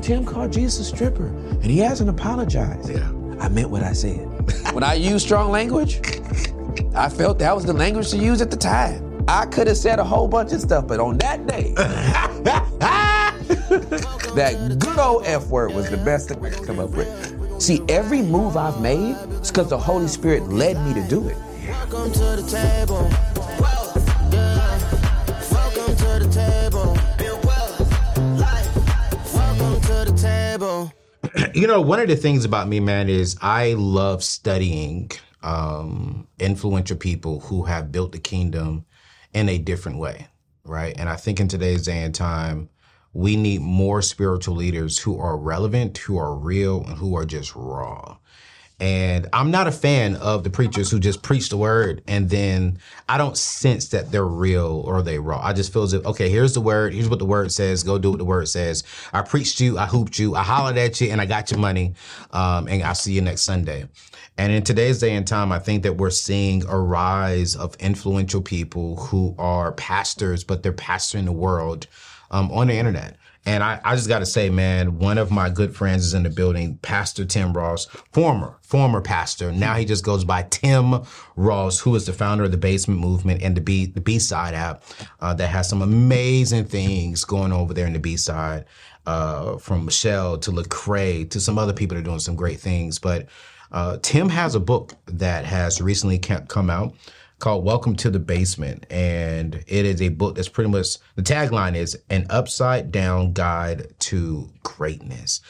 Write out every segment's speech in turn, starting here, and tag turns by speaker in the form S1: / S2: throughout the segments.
S1: Tim called Jesus a stripper, and he hasn't apologized.
S2: Yeah.
S1: I meant what I said. when I used strong language, I felt that was the language to use at the time. I could have said a whole bunch of stuff, but on that day, that good old F word was the best thing I could come up with. See, every move I've made is because the Holy Spirit led me to do it.
S2: you know, one of the things about me, man, is I love studying um, influential people who have built the kingdom in a different way, right? And I think in today's day and time, we need more spiritual leaders who are relevant, who are real, and who are just raw. And I'm not a fan of the preachers who just preach the word and then I don't sense that they're real or they raw. I just feel as if, okay, here's the word, here's what the word says, go do what the word says. I preached you, I hooped you, I hollered at you, and I got your money. Um, and I'll see you next Sunday. And in today's day and time, I think that we're seeing a rise of influential people who are pastors, but they're pastoring the world um, on the internet. And I, I just got to say, man, one of my good friends is in the building, Pastor Tim Ross, former, former pastor. Now he just goes by Tim Ross, who is the founder of the Basement Movement and the B, the B Side app uh, that has some amazing things going on over there in the B Side, uh, from Michelle to Lecrae to some other people that are doing some great things. But uh, Tim has a book that has recently ca- come out called Welcome to the Basement. And it is a book that's pretty much the tagline is an upside down guide to greatness.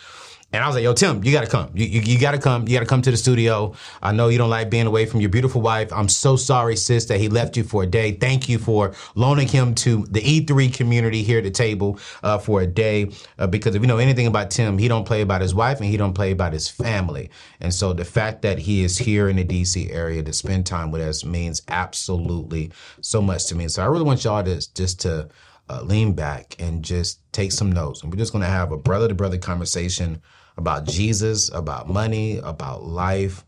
S2: And I was like, yo, Tim, you gotta come. You, you, you gotta come. You gotta come to the studio. I know you don't like being away from your beautiful wife. I'm so sorry, sis, that he left you for a day. Thank you for loaning him to the E3 community here at the table uh, for a day. Uh, because if you know anything about Tim, he don't play about his wife and he don't play about his family. And so the fact that he is here in the DC area to spend time with us means absolutely so much to me. So I really want y'all to just to uh, lean back and just take some notes. And we're just going to have a brother to brother conversation about Jesus, about money, about life,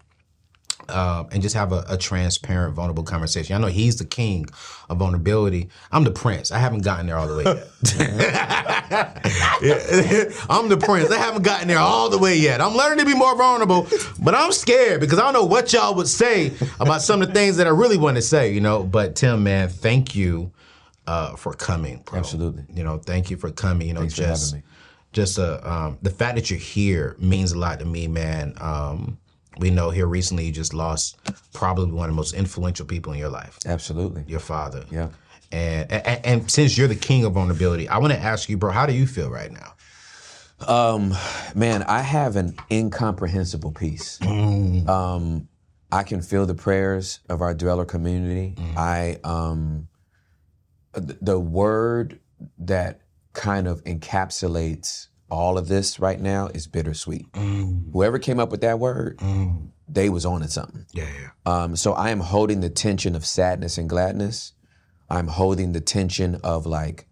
S2: um, and just have a, a transparent, vulnerable conversation. I know he's the king of vulnerability. I'm the prince. I haven't gotten there all the way yet. I'm the prince. I haven't gotten there all the way yet. I'm learning to be more vulnerable, but I'm scared because I don't know what y'all would say about some of the things that I really want to say, you know. But Tim, man, thank you uh, for coming. bro.
S1: Absolutely.
S2: You know, thank you for coming. You know,
S1: Thanks for
S2: just
S1: having me.
S2: just uh, um, the fact that you're here means a lot to me, man. Um, we know here recently you just lost probably one of the most influential people in your life,
S1: Absolutely.
S2: your father.
S1: Yeah.
S2: And, and and since you're the king of vulnerability, I want to ask you, bro, how do you feel right now?
S1: Man, I have an incomprehensible peace. Um, I can feel the prayers of our dweller community. I um, th- the word that kind of encapsulates all of this right now is bittersweet. Whoever came up with that word, they was on to something.
S2: Yeah, yeah.
S1: Um, so I am holding the tension of sadness and gladness. I'm holding the tension of like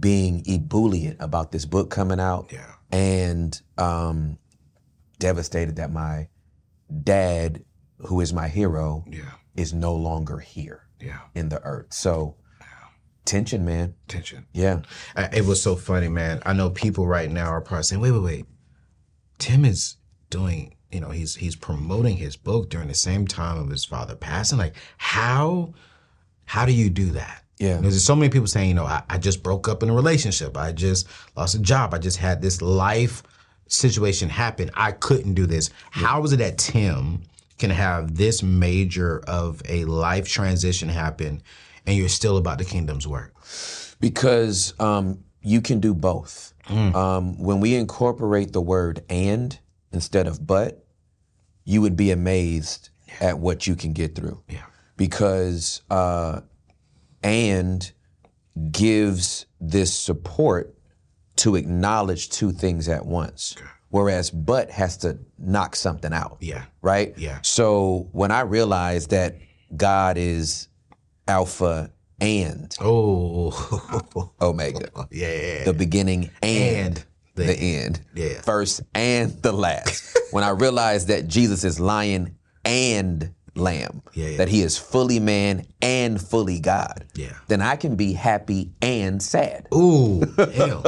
S1: being ebullient about this book coming out.
S2: Yeah.
S1: And um, devastated that my dad, who is my hero,
S2: Yeah,
S1: is no longer here
S2: yeah.
S1: in the earth. So tension, man.
S2: Tension.
S1: Yeah.
S2: I, it was so funny, man. I know people right now are probably saying, "Wait, wait, wait." Tim is doing, you know, he's he's promoting his book during the same time of his father passing. Like, how how do you do that?
S1: Yeah.
S2: Because there's so many people saying, you know, I, I just broke up in a relationship. I just lost a job. I just had this life situation happen. I couldn't do this. How is it that Tim can have this major of a life transition happen and you're still about the kingdom's work?
S1: because um, you can do both. Um, when we incorporate the word and instead of but, you would be amazed at what you can get through.
S2: Yeah.
S1: Because uh, and gives this support to acknowledge two things at once, whereas but has to knock something out
S2: Yeah.
S1: right?
S2: Yeah.
S1: So when I realized that God is Alpha and
S2: Oh,
S1: Omega,
S2: yeah.
S1: the beginning and,
S2: And
S1: the, end,
S2: Yeah.
S1: first and the last. when I realized that Jesus is Lion and Lamb,
S2: Yeah, yeah.
S1: that He is fully man and fully God,
S2: Yeah.
S1: then I can be happy and sad.
S2: Ooh, damn.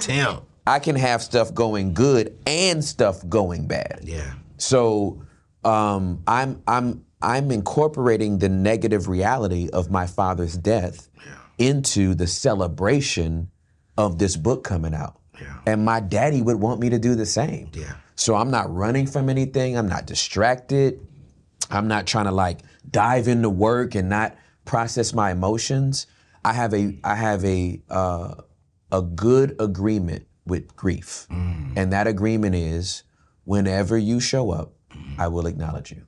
S2: damn.
S1: I can have stuff going good and stuff going bad.
S2: Yeah.
S1: So um, I'm I'm I'm incorporating the negative reality of my father's death into the celebration of this book coming out.
S2: Yeah.
S1: And my daddy would want me to do the same.
S2: Yeah.
S1: So I'm not running from anything. I'm not distracted. I'm not trying to like dive into work and not process my emotions. I have a I have a uh, a good agreement with grief, and that agreement is whenever you show up, I will acknowledge you.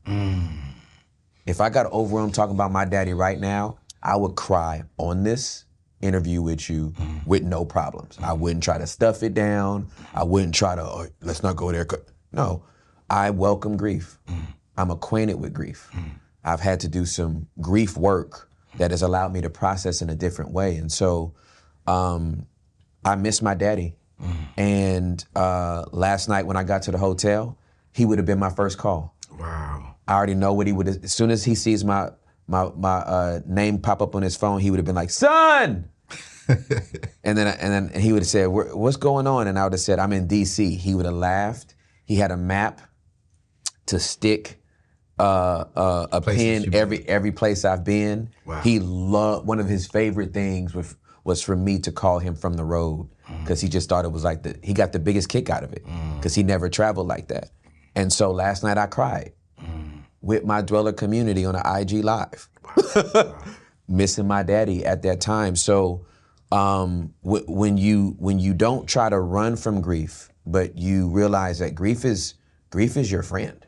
S1: If I got overwhelmed talking about my daddy right now, I would cry on this interview with you with no problems. I wouldn't try to stuff it down. I wouldn't try to, oh, let's not go there. 'cause-" No, I welcome grief. I'm acquainted with grief. I've had to do some grief work that has allowed me to process in a different way. And so um, I miss my daddy. And uh, last night when I got to the hotel, he would have been my first call.
S2: Wow.
S1: I already know what he would. As soon as he sees my my my uh, name pop up on his phone, he would have been like, "Son," and then and then he would have said, "Where- "What's going on?" And I would have said, "I'm in D.C." He would have laughed. He had a map to stick uh, uh, a
S2: Places
S1: pin
S2: you've been.
S1: every every place I've been.
S2: Wow.
S1: He loved one of his favorite things was was for me to call him from the road because he just thought it was like the he got the biggest kick out of it because he never traveled like that. And so last night I cried with my dweller community on an IG live, missing my daddy at that time. So um, w- when you when you don't try to run from grief, but you realize that grief is grief is your friend,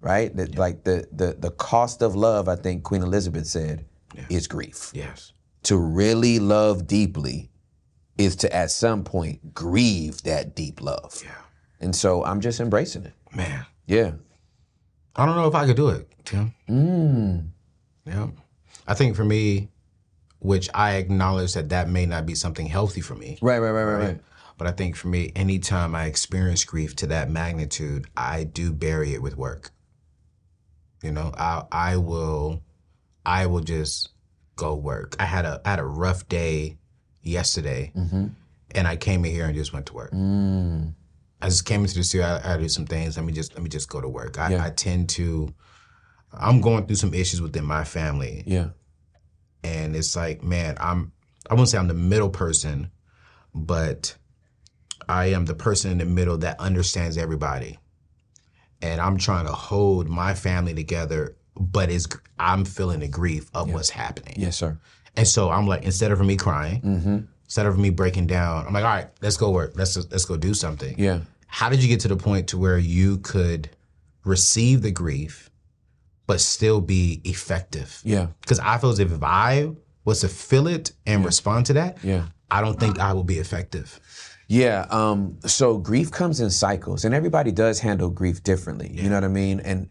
S1: right? That like the the the cost of love, I think Queen Elizabeth said, is grief.
S2: Yes.
S1: To really love deeply is to at some point grieve that deep love.
S2: Yeah.
S1: And so I'm just embracing it.
S2: Man.
S1: Yeah.
S2: I don't know if I could do it, Tim. Mm. Yeah. I think for me, which I acknowledge that that may not be something healthy for me,
S1: Right, right, right, right, right.
S2: but I think for me, anytime I experience grief to that magnitude, I do bury it with work. You know, I I will, I will just go work. I had a I had a rough day yesterday, and I came in here and just went to work.
S1: Mm.
S2: I just came into the studio. I, I had to do some things. Let me just let me just go to work. I,
S1: Yeah.
S2: I tend to. I'm going through some issues within my family,
S1: Yeah.
S2: and it's like, man, I'm. I won't say I'm the middle person, but I am the person in the middle that understands everybody, and I'm trying to hold my family together. But it's I'm feeling the grief of what's happening.
S1: Yes, sir.
S2: And so I'm like, instead of me crying,
S1: Mm-hmm.
S2: instead of me breaking down, I'm like, all right, let's go work. Let's let's go do something.
S1: Yeah.
S2: How did you get to the point to where you could receive the grief, but still be effective?
S1: Yeah.
S2: Because I feel as if if I was to feel it and respond to that,
S1: Yeah.
S2: I don't think I will be effective.
S1: Yeah. Um, so grief comes in cycles, and everybody does handle grief differently. You know what I mean? And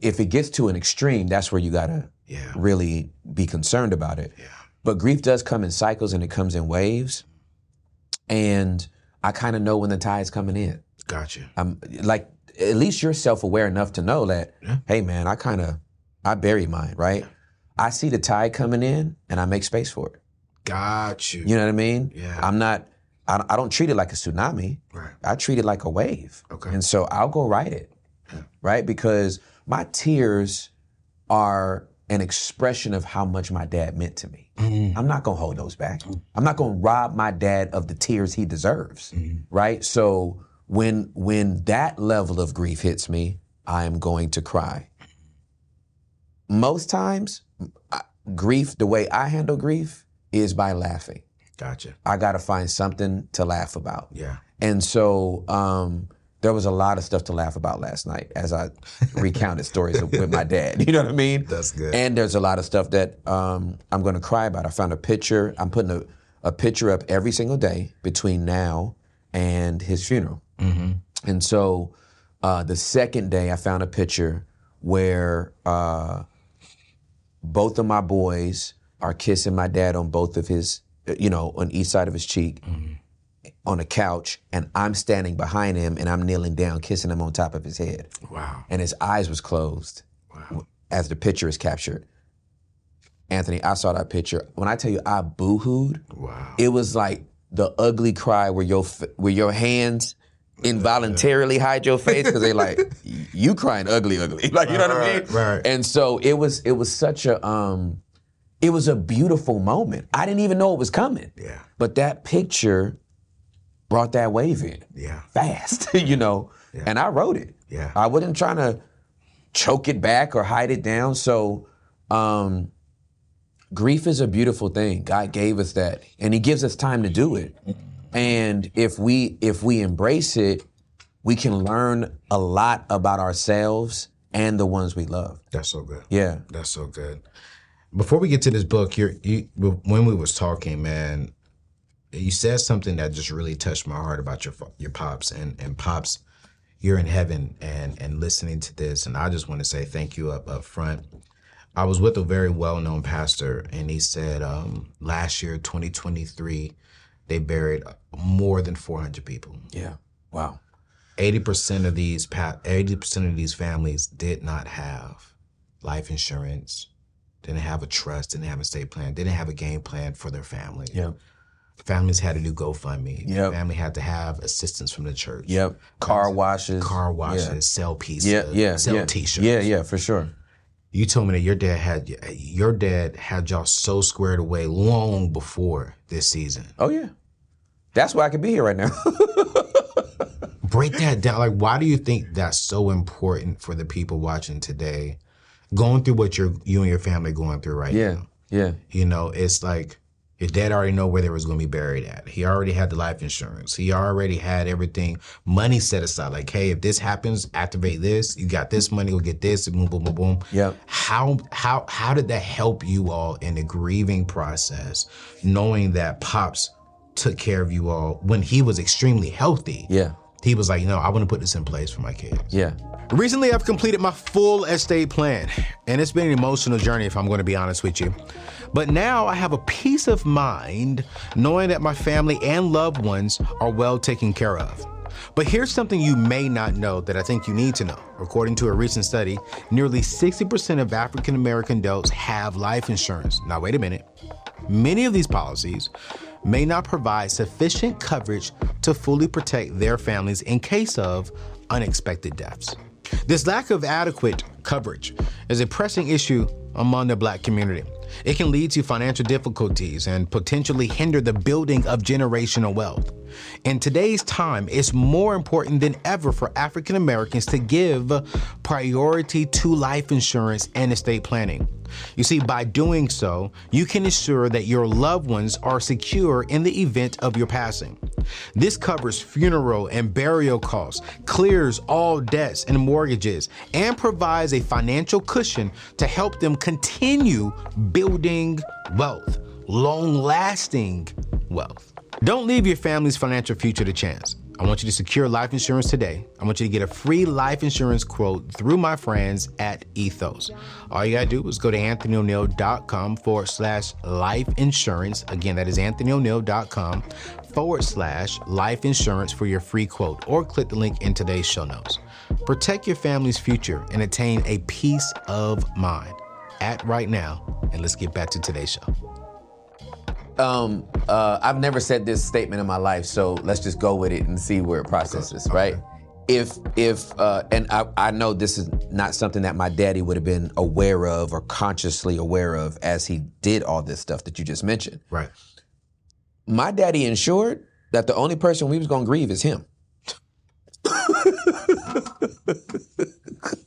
S1: if it gets to an extreme, that's where you gotta
S2: Yeah.
S1: really be concerned about it. But grief does come in cycles, and it comes in waves. And I kind of know when the tide is coming in.
S2: Gotcha.
S1: I'm like, at least you're self aware enough to know that, hey man, I kind of, I bury mine, right? I see the tide coming in, and I make space for it.
S2: Got you.
S1: You know what I mean?
S2: Yeah.
S1: I'm not. I don't, I don't treat it like a tsunami.
S2: Right.
S1: I treat it like a wave.
S2: Okay.
S1: And so I'll go ride it, right? Because my tears are an expression of how much my dad meant to me. I'm not gonna hold those back. I'm not gonna rob my dad of the tears he deserves. Right? So when when that level of grief hits me, I am going to cry. Most times, I- grief, the way I handle grief, is by laughing.
S2: Gotcha.
S1: I gotta find something to laugh about.
S2: Yeah.
S1: And so um, there was a lot of stuff to laugh about last night as I recounted stories with my dad. You know what I mean?
S2: That's good.
S1: And there's a lot of stuff that um, I'm going to cry about. I found a picture. I'm putting a, a picture up every single day between now and his funeral.
S2: Mm-hmm.
S1: And so uh, the second day, I found a picture where uh, both of my boys are kissing my dad on both of his, you know, on each side of his cheek on a couch, and I'm standing behind him and I'm kneeling down, kissing him on top of his head.
S2: Wow.
S1: And his eyes was closed w- as the picture is captured. Anthony, I saw that picture. When I tell you I boo-hooed,
S2: Wow.
S1: it was like the ugly cry where your f- where your hands involuntarily hide your face because they like you crying ugly ugly like you know what I mean
S2: Right, right.
S1: and so it was it was such a um it was a beautiful moment I didn't even know it was coming
S2: Yeah.
S1: but that picture brought that wave in
S2: Yeah.
S1: fast you know and I wrote it
S2: Yeah.
S1: I wasn't trying to choke it back or hide it down. So, um, grief is a beautiful thing. God gave us that, and He gives us time to do it. And if we if we embrace it, we can learn a lot about ourselves and the ones we love.
S2: That's so good.
S1: Yeah.
S2: That's so good. Before we get to this book, you're, you when we was talking, man, you said something that just really touched my heart about your fa- your pops and and pops. You're in heaven and and listening to this, and I just want to say thank you up up front. I was with a very well known pastor, and he said um, last year, 2023, they buried more than 400 people.
S1: Yeah. Wow.
S2: Eighty percent of these eighty percent of these families did not have life insurance, didn't have a trust, didn't have an estate plan, didn't have a game plan for their family.
S1: Yep.
S2: Families had to do GoFundMe.
S1: Yep.
S2: Family had to have assistance from the church.
S1: Yep. Car washes.
S2: Car washes, sell pieces,
S1: Yeah. Yeah.
S2: sell
S1: yeah.
S2: t-shirts.
S1: Yeah. Yeah. For sure.
S2: You told me that your dad had your dad had y'all so squared away long before this season.
S1: Oh yeah. That's why I could be here right now.
S2: break that down like why do you think that's so important for the people watching today going through what you're you and your family going through right
S1: yeah.
S2: now
S1: Yeah.
S2: you know it's like your dad already know where they was going to be buried at he already had the life insurance he already had everything money set aside like hey if this happens activate this you got this money go get this boom boom boom boom
S1: Yep.
S2: how how how did that help you all in the grieving process knowing that pops took care of you all when he was extremely healthy
S1: Yeah.
S2: he was like, no, I want to put this in place for my kids.
S1: Yeah.
S2: Recently, I've completed my full estate plan, and it's been an emotional journey, if I'm going to be honest with you. But now I have a peace of mind knowing that my family and loved ones are well taken care of. But here's something you may not know that I think you need to know. According to a recent study, nearly 60% of African American adults have life insurance. Now, wait a minute. Many of these policies may not provide sufficient coverage to fully protect their families in case of unexpected deaths. This lack of adequate coverage is a pressing issue among the black community. It can lead to financial difficulties and potentially hinder the building of generational wealth. In today's time, it's more important than ever for African Americans to give priority to life insurance and estate planning. You see, by doing so, you can ensure that your loved ones are secure in the event of your passing. This covers funeral and burial costs, clears all debts and mortgages, and provides a financial cushion to help them continue building wealth, long lasting wealth. Don't leave your family's financial future to chance. I want you to secure life insurance today. I want you to get a free life insurance quote through my friends at Ethos. All you gotta do is go to anthonyo'neill.com forward slash life insurance. Again, that is anthonyo'neill.com forward slash life insurance for your free quote or click the link in today's show notes. Protect your family's future and attain a peace of mind. Act right now, and let's get back to today's show.
S1: um, uh, I've never said this statement in my life, so let's just go with it and see where it processes, right? if if uh, and I, I know this is not something that my daddy would have been aware of or consciously aware of as he did all this stuff that you just mentioned.
S2: Right.
S1: My daddy ensured that the only person we was gonna grieve is him.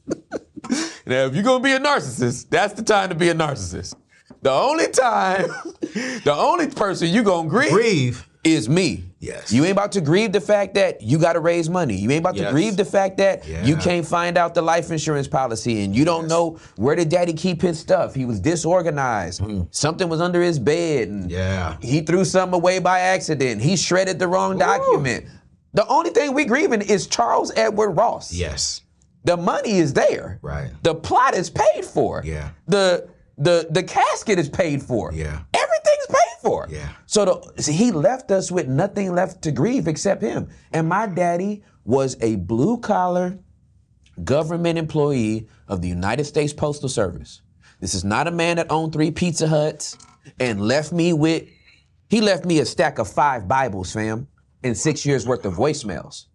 S1: now, if you're gonna be a narcissist, that's the time to be a narcissist. The only time, the only person you gonna
S2: Grieve.
S1: is me.
S2: Yes.
S1: You ain't about to grieve the fact that you got to raise money. You ain't about
S2: Yes.
S1: to grieve the fact that you
S2: Yeah.
S1: can't find out the life insurance policy and you don't know where did daddy keep his stuff. He was disorganized. Something was under his bed. And
S2: Mm. Yeah.
S1: He threw something away by accident. He shredded the wrong document. The only thing we grieving is Charles Edward Ross.
S2: Yes.
S1: The money is there.
S2: Right.
S1: The plot is paid for.
S2: Yeah.
S1: The the the casket is paid for.
S2: Yeah.
S1: Everything's paid for.
S2: Yeah.
S1: So the, see, he left us with nothing left to grieve except him. And my daddy was a blue collar government employee of the United States Postal Service. This is not a man that owned three Pizza Huts and left me with he left me a stack of five Bibles, fam, and six years worth of voicemails.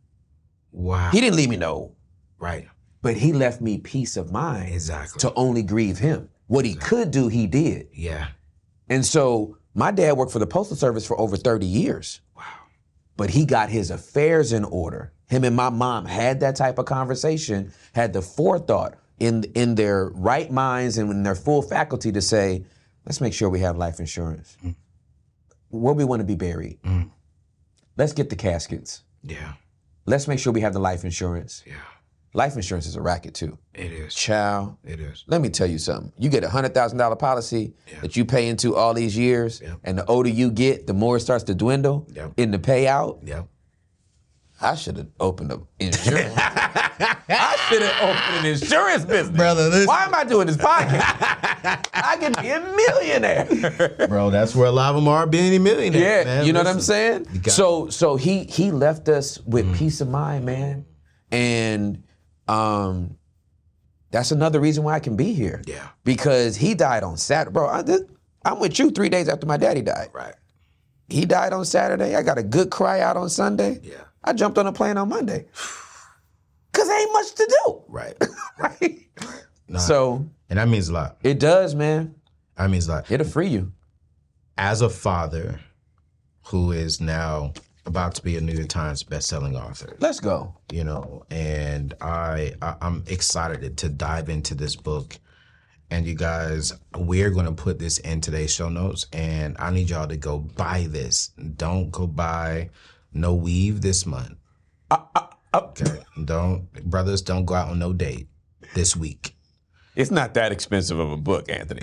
S2: Wow.
S1: He didn't leave me no
S2: right.
S1: but he left me peace of mind
S2: Exactly.
S1: to only grieve him. What he could do, he did.
S2: yeah.
S1: And so my dad worked for the Postal Service for over 30 years. Wow. But he got his affairs in order. Him and my mom had that type of conversation, had the forethought in, in their right minds and in their full faculty to say, let's make sure we have life insurance. Where we want to be buried. Let's get the caskets.
S2: Yeah.
S1: Let's make sure we have the life insurance.
S2: Yeah.
S1: Life insurance is a racket too.
S2: It is.
S1: Child,
S2: It is.
S1: let me tell you something. You get a hundred thousand dollar policy that you pay into all these years, and the older you get, the more it starts to dwindle
S2: Yep.
S1: in the payout.
S2: Yep.
S1: I should have opened up insurance. I should have opened an insurance business,
S2: Brother, listen.
S1: Why am I doing this podcast? I could be a millionaire.
S2: Bro, that's where a lot of them are being millionaires.
S1: Yeah,
S2: man.
S1: you know what I'm
S2: Listen.
S1: saying.
S2: You got- Mm.
S1: So so he he left us with peace of mind, man, and um, that's another reason why I can be here.
S2: Yeah.
S1: because he died on Saturday, bro. I did, I'm with you three days after my daddy died.
S2: Right.
S1: He died on Saturday. I got a good cry out on Sunday.
S2: Yeah.
S1: I jumped on a plane on Monday. Cause ain't much to do,
S2: Right.
S1: right?
S2: Nah,
S1: So
S2: and that means a lot.
S1: it does, man.
S2: That means a lot.
S1: It'll free you.
S2: As a father who is now about to be a New York Times best-selling author,
S1: Let's go.
S2: you know and I, I i'm excited to dive into this book and you guys we're going to put this in today's show notes and i need y'all to go buy this don't go buy no weave this month okay don't brothers don't go out on no date this week
S3: It's not that expensive of a book, Anthony.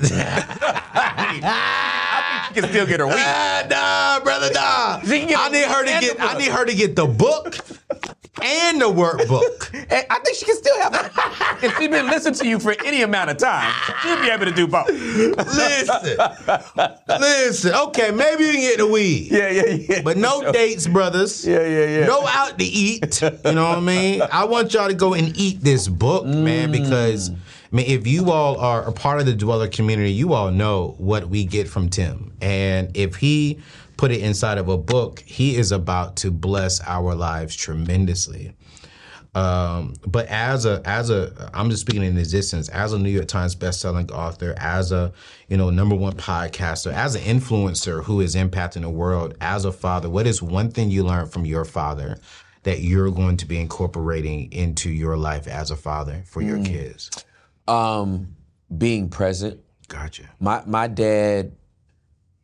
S3: I think she can still get her week.
S2: Ah, nah, brother, nah. I need her to get. I need her to get the book and the workbook.
S3: And Eh, I think she can still have it. if she's been listening to you for any amount of time, she'll be able to do both.
S2: Listen, listen. Okay, maybe you can get the weed.
S3: Yeah, yeah, yeah.
S2: But no dates, brothers.
S3: Yeah, yeah, yeah.
S2: No out to eat. You know what I mean? I want y'all to go and eat this book,
S3: Mm.
S2: man, because I mean, if you all are a part of the Dweller community, you all know what we get from Tim. And if he put it inside of a book, he is about to bless our lives tremendously. Um, but as a as a I'm just speaking in existence as a New York Times bestselling author, as a you know number one podcaster, as an influencer who is impacting the world, as a father, what is one thing you learned from your father that you're going to be incorporating into your life as a father for your
S1: Mm.
S2: kids?
S1: Um, being present.
S2: Gotcha.
S1: My my dad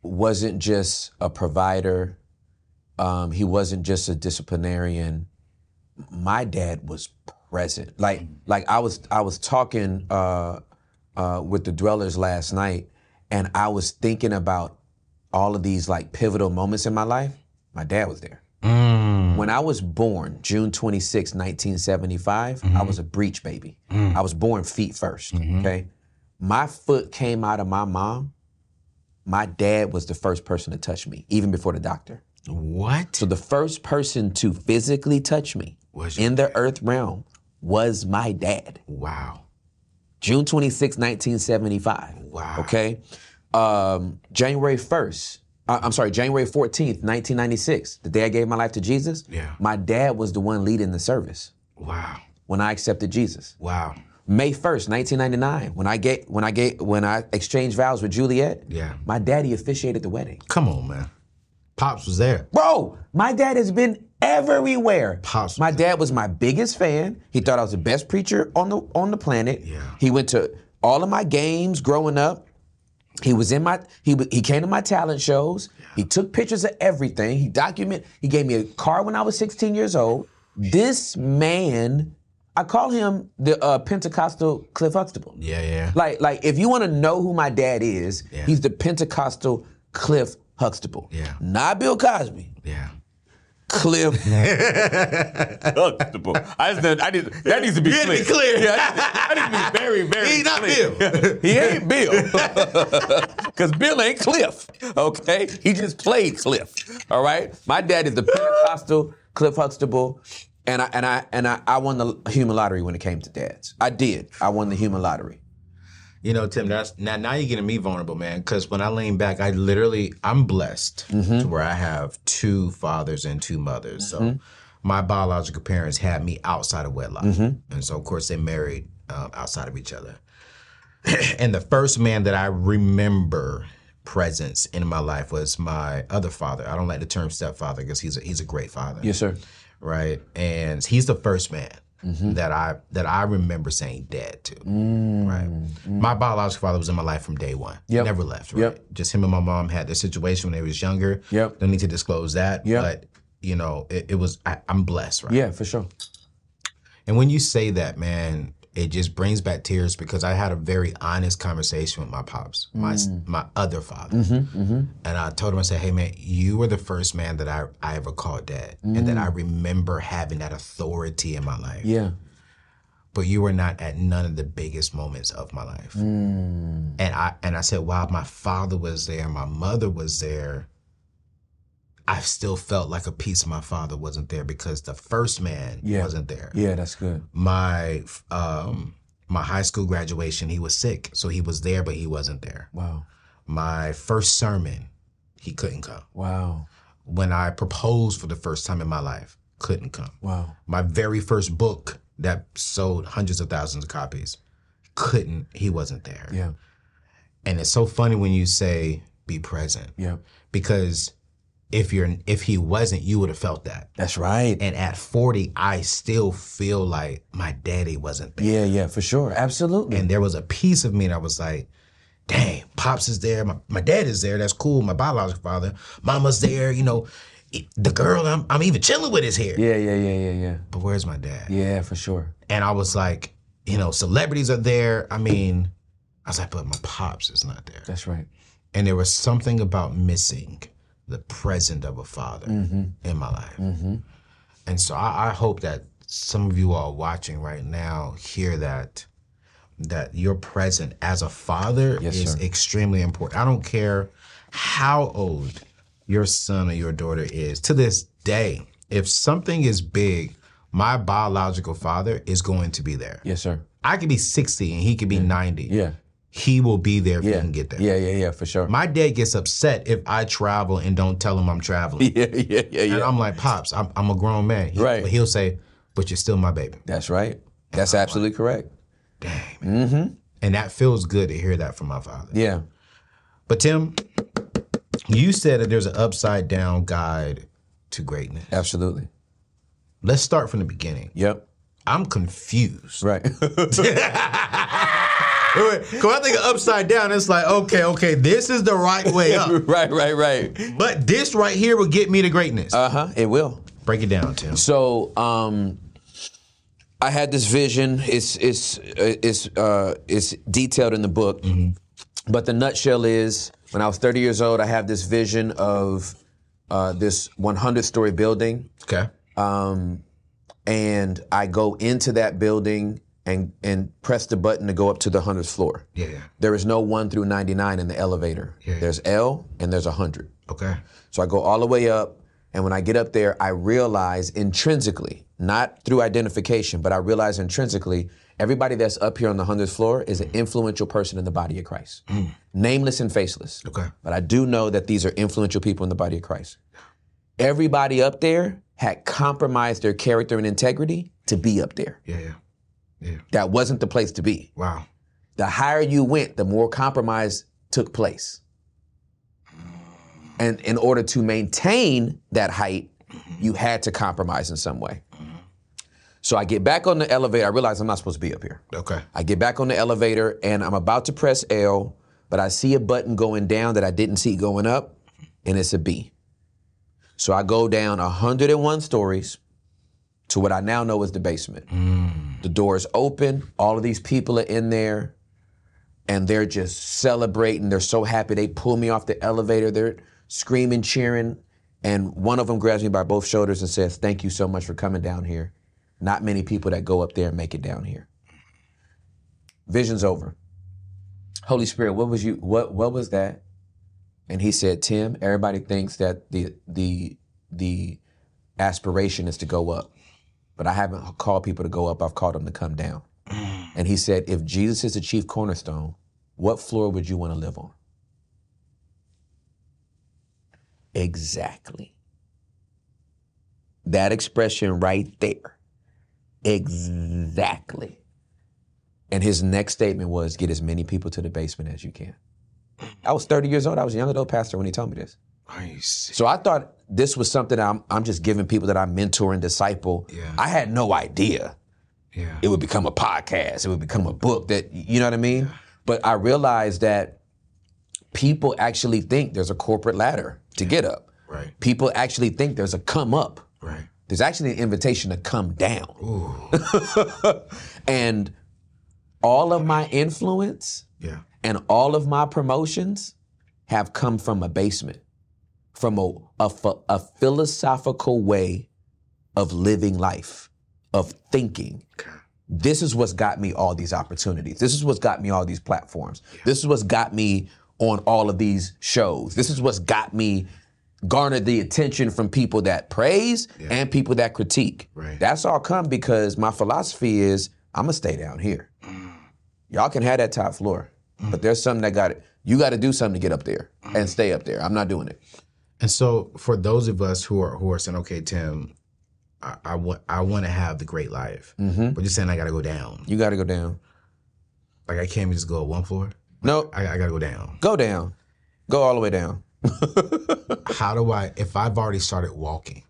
S1: wasn't just a provider. Um, he wasn't just a disciplinarian. My dad was present. Like like I was I was talking uh, uh, with the dwellers last night, and I was thinking about all of these like pivotal moments in my life. My dad was there. When I was born, June 26, 1975, I was a breech baby. I was born feet 1st okay? My foot came out of my mom. My dad was the first person to touch me, even before the doctor.
S2: What?
S1: So the first person to physically touch me
S2: Was your
S1: in the earth realm was my dad.
S2: Wow.
S1: June 26, 1975.
S2: Wow.
S1: Okay. Um, January 1st, uh, I'm sorry, January 14th, 1996, the day I gave my life to Jesus,
S2: Yeah.
S1: my dad was the one leading the service.
S2: Wow.
S1: when I accepted Jesus.
S2: Wow.
S1: May 1st, 1999, when I get when I get when I exchanged vows with Juliet,
S2: Yeah.
S1: my daddy officiated the wedding.
S2: Come on, man. Pops was there.
S1: Bro, my dad has been everywhere.
S2: Pops-
S1: My dad was my biggest fan. He thought I was the best preacher on the on the planet.
S2: Yeah.
S1: He went to all of my games growing up. He was in my he w- he came to my talent shows. He took pictures of everything. He document. He gave me a car when I was 16 years old. This man, I call him the uh, Pentecostal Cliff Huxtable.
S2: Yeah, yeah.
S1: Like, like if you want to know who my dad is,
S2: Yeah.
S1: he's the Pentecostal Cliff Huxtable.
S2: Yeah.
S1: Not Bill Cosby.
S2: yeah.
S1: Cliff.
S3: Huxtable. I just, I need, that needs to be
S2: had to
S3: clear.
S2: be clear.
S3: Yeah, I need, I need to be very, very
S2: He not
S3: clear.
S2: Bill.
S3: he ain't Bill. Because Bill ain't Cliff, okay?
S1: he just played Cliff. All right? My dad is the Pentecostal Cliff Huxtable. And I and I and I, I won the human lottery when it came to dads. I did. I won the human lottery.
S2: You know, Tim, that's now now you're getting me vulnerable, man. Because when I lean back, I literally I'm blessed to where I have two fathers and two mothers. So my biological parents had me outside of wedlock, and so of course they married um, outside of each other. and the first man that I remember presence in my life was my other father. I don't like the term stepfather because he's a, he's a great father
S1: sir.
S2: right? And he's the first man
S1: Mm-hmm.
S2: that I that I remember saying dad to. Right. My biological father was in my life from day one.
S1: Mm-hmm. Yep.
S2: Never left, right?
S1: Yep.
S2: Just him and my mom had their situation when they was younger.
S1: Yep.
S2: Don't need to disclose that.
S1: Yep.
S2: But you know, it, it was I, I'm blessed, right?
S1: Yeah, for sure.
S2: And when you say that, man, it just brings back tears because I had a very honest conversation with my pops, my
S1: Mm.
S2: my other father,
S1: Mm-hmm,
S2: and I told him, I said, "Hey, man, you were the first man that I I ever called dad, and that I remember having that authority in my life.
S1: Mm. Yeah.
S2: But you were not at none of the biggest moments of my life.
S1: Mm.
S2: And I and I said, "Wow, my father was there, my mother was there." I still felt like a piece of my father wasn't there because the first man
S1: Yeah.
S2: wasn't there
S1: Yeah, that's good.
S2: my um my high school graduation he was sick so he was there but he wasn't there
S1: Wow.
S2: my first sermon he couldn't come
S1: Wow.
S2: when i proposed for the first time in my life couldn't come
S1: Wow.
S2: my very first book that sold hundreds of thousands of copies couldn't he wasn't there
S1: Yeah.
S2: and it's so funny when you say be present
S1: Yeah.
S2: because if you're if he wasn't you would have felt that
S1: That's right.
S2: and at 40 i still feel like my daddy wasn't there
S1: yeah, yeah, for sure. Absolutely.
S2: and there was a piece of me that was like, dang, pops is there, my, my dad is there, that's cool, my biological father, mama's there, you know, i- the girl I'm, I'm even chilling with is here.
S1: yeah, yeah, yeah, yeah, yeah.
S2: But where's my dad?
S1: Yeah, for sure.
S2: And I was like, you know, celebrities are there. I mean, I was like, but my pops is not there.
S1: That's right.
S2: And there was something about missing the present of a father
S1: Mm-hmm.
S2: in my life. And so I, I hope that some of you all watching right now hear that that your present as a father
S1: Yes,
S2: is
S1: sir.
S2: extremely important. I don't care how old your son or your daughter is. To this day, if something is big, my biological father is going to be there.
S1: Yes, sir.
S2: I could be 60 and he could be 90.
S1: Yeah.
S2: He will be there if
S1: Yeah.
S2: he can get there.
S1: Yeah, yeah, yeah, for sure.
S2: My dad gets upset if I travel and don't tell him I'm traveling.
S1: yeah, yeah, yeah,
S2: And
S1: yeah.
S2: I'm like, Pops, I'm, I'm a grown man. He-
S1: Right.
S2: But he'll say, But you're still my baby.
S1: That's right. That's absolutely correct.
S2: And that feels good to hear that from my father.
S1: Yeah.
S2: But Tim, you said that there's an upside down guide to greatness.
S1: Absolutely.
S2: Let's start from the beginning.
S1: Yep.
S2: I'm confused.
S1: Right.
S2: Because I think of upside down, it's like, okay, okay, this is the right way up.
S1: right, right, right.
S2: But this right here will get me to greatness.
S1: Uh huh. It will.
S2: Break it down, Tim.
S1: So, um, I had this vision. It's it's uh, it's uh, it's detailed in the book,
S2: Mm-hmm.
S1: but the nutshell is: when I was 30 years old, I have this vision of uh, this 100-story building,
S2: Okay.
S1: and I go into that building and and press the button to go up to the 100th floor.
S2: Yeah, yeah.
S1: There is no one through 99 in the elevator.
S2: Yeah.
S1: There's L and there's 100.
S2: Okay.
S1: So I go all the way up, and when I get up there, I realize intrinsically, not through identification, but I realize intrinsically, everybody that's up here on the 100th floor is an influential person in the body of Christ, nameless and faceless.
S2: Okay.
S1: But I do know that these are influential people in the body of Christ. Everybody up there had compromised their character and integrity to be up there.
S2: Yeah, yeah.
S1: That wasn't the place to be.
S2: Wow.
S1: The higher you went, the more compromise took place. And in order to maintain that height, you had to compromise in some way. So I get back on the elevator. I realize I'm not supposed to be up here.
S2: Okay.
S1: I get back on the elevator and I'm about to press L, but I see a button going down that I didn't see going up, and it's a B. So I go down 101 stories to what I now know is the basement. The door is open, all of these people are in there, and they're just celebrating. They're so happy. They pull me off the elevator, they're screaming, cheering. And one of them grabs me by both shoulders and says, Thank you so much for coming down here. Not many people that go up there and make it down here vision's over. Holy Spirit, what was you what what was that? And he said, Tim, everybody thinks that the the the aspiration is to go up. But I haven't called people to go up, I've called them to come down. And he said, if Jesus is the chief cornerstone, what floor would you want to live on? Exactly. That expression right there. Exactly. And his next statement was, get as many people to the basement as you can. I was 30 years old. I was a young adult pastor when he told me this.
S2: Nice.
S1: So I thought this was something I'm, I'm just giving people that I mentor and disciple.
S2: Yeah.
S1: I had no idea
S2: Yeah.
S1: it would become a podcast, it would become a book that, you know what I mean? But I realized that people actually think there's a corporate ladder to get up.
S2: Right.
S1: People actually think there's a come up
S2: Right.
S1: there's actually an invitation to come down. and all of my influence
S2: Yeah.
S1: and all of my promotions have come from a basement, from a, a ph- a philosophical way of living life, of thinking. This is what's got me all these opportunities. This is what's got me all these platforms. This is what's got me on all of these shows. This is what's got me garnered the attention from people that praise and people that critique.
S2: Right.
S1: That's all come because my philosophy is I'm gonna stay down here. Y'all can have that top floor, but there's something that got it. You got to do something to get up there and stay up there. I'm not doing it.
S2: And so for those of us who are who are saying, okay, Tim, I, I want I want to have the great life, but you're saying I got to go down.
S1: You got to go down.
S2: Like I can't just go up one floor.
S1: No,
S2: I, I got to go down.
S1: go down. Go all the way down.
S2: How do I? If I've already started walking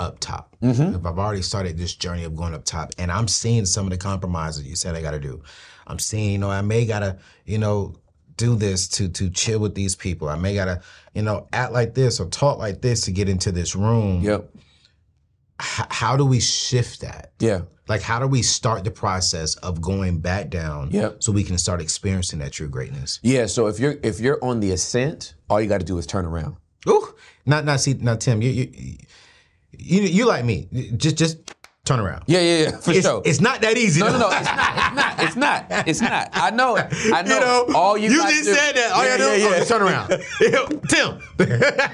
S2: up top, if I've already started this journey of going up top, and I'm seeing some of the compromises you said I got to do, I'm seeing, you know, I may gotta, you know, do this to to chill with these people. I may gotta, you know, act like this or talk like this to get into this room.
S1: Yep.
S2: H- how do we shift that?
S1: Yeah.
S2: Like, how do we start the process of going back down
S1: Yep.
S2: so we can start experiencing that true greatness?
S1: Yeah. So if you're if you're on the ascent, all you got to do is turn around.
S2: Ooh, not, not, see, now, Tim, you, you, you, you like me. Just, just turn around.
S1: Yeah, yeah, yeah. For
S2: it's,
S1: sure.
S2: it's not that easy.
S1: no, no,
S2: though.
S1: no. It's not. It's not. It's not. It's not. I know. I
S2: You
S1: know.
S2: know,
S1: all you. gotta
S2: just
S1: do-
S2: said that. All
S1: yeah,
S2: you gotta do
S1: yeah,
S2: oh,
S1: yeah.
S2: just turn around. Tim.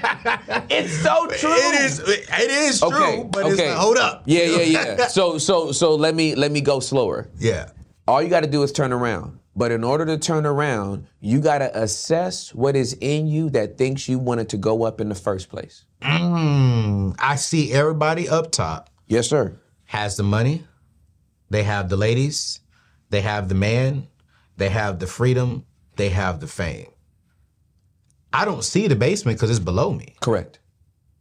S1: It's so true.
S2: It is, it is true, but it's like, hold up.
S1: Yeah, yeah, yeah. so, so, so let me let me go slower.
S2: yeah.
S1: All you got to do is turn around. But in order to turn around, you got to assess what is in you that thinks you wanted to go up in the first place.
S2: Mm, I see everybody up top.
S1: Yes, sir.
S2: has the money, they have the ladies, they have the man, they have the freedom, they have the fame. I don't see the basement because it's below me,
S1: Correct.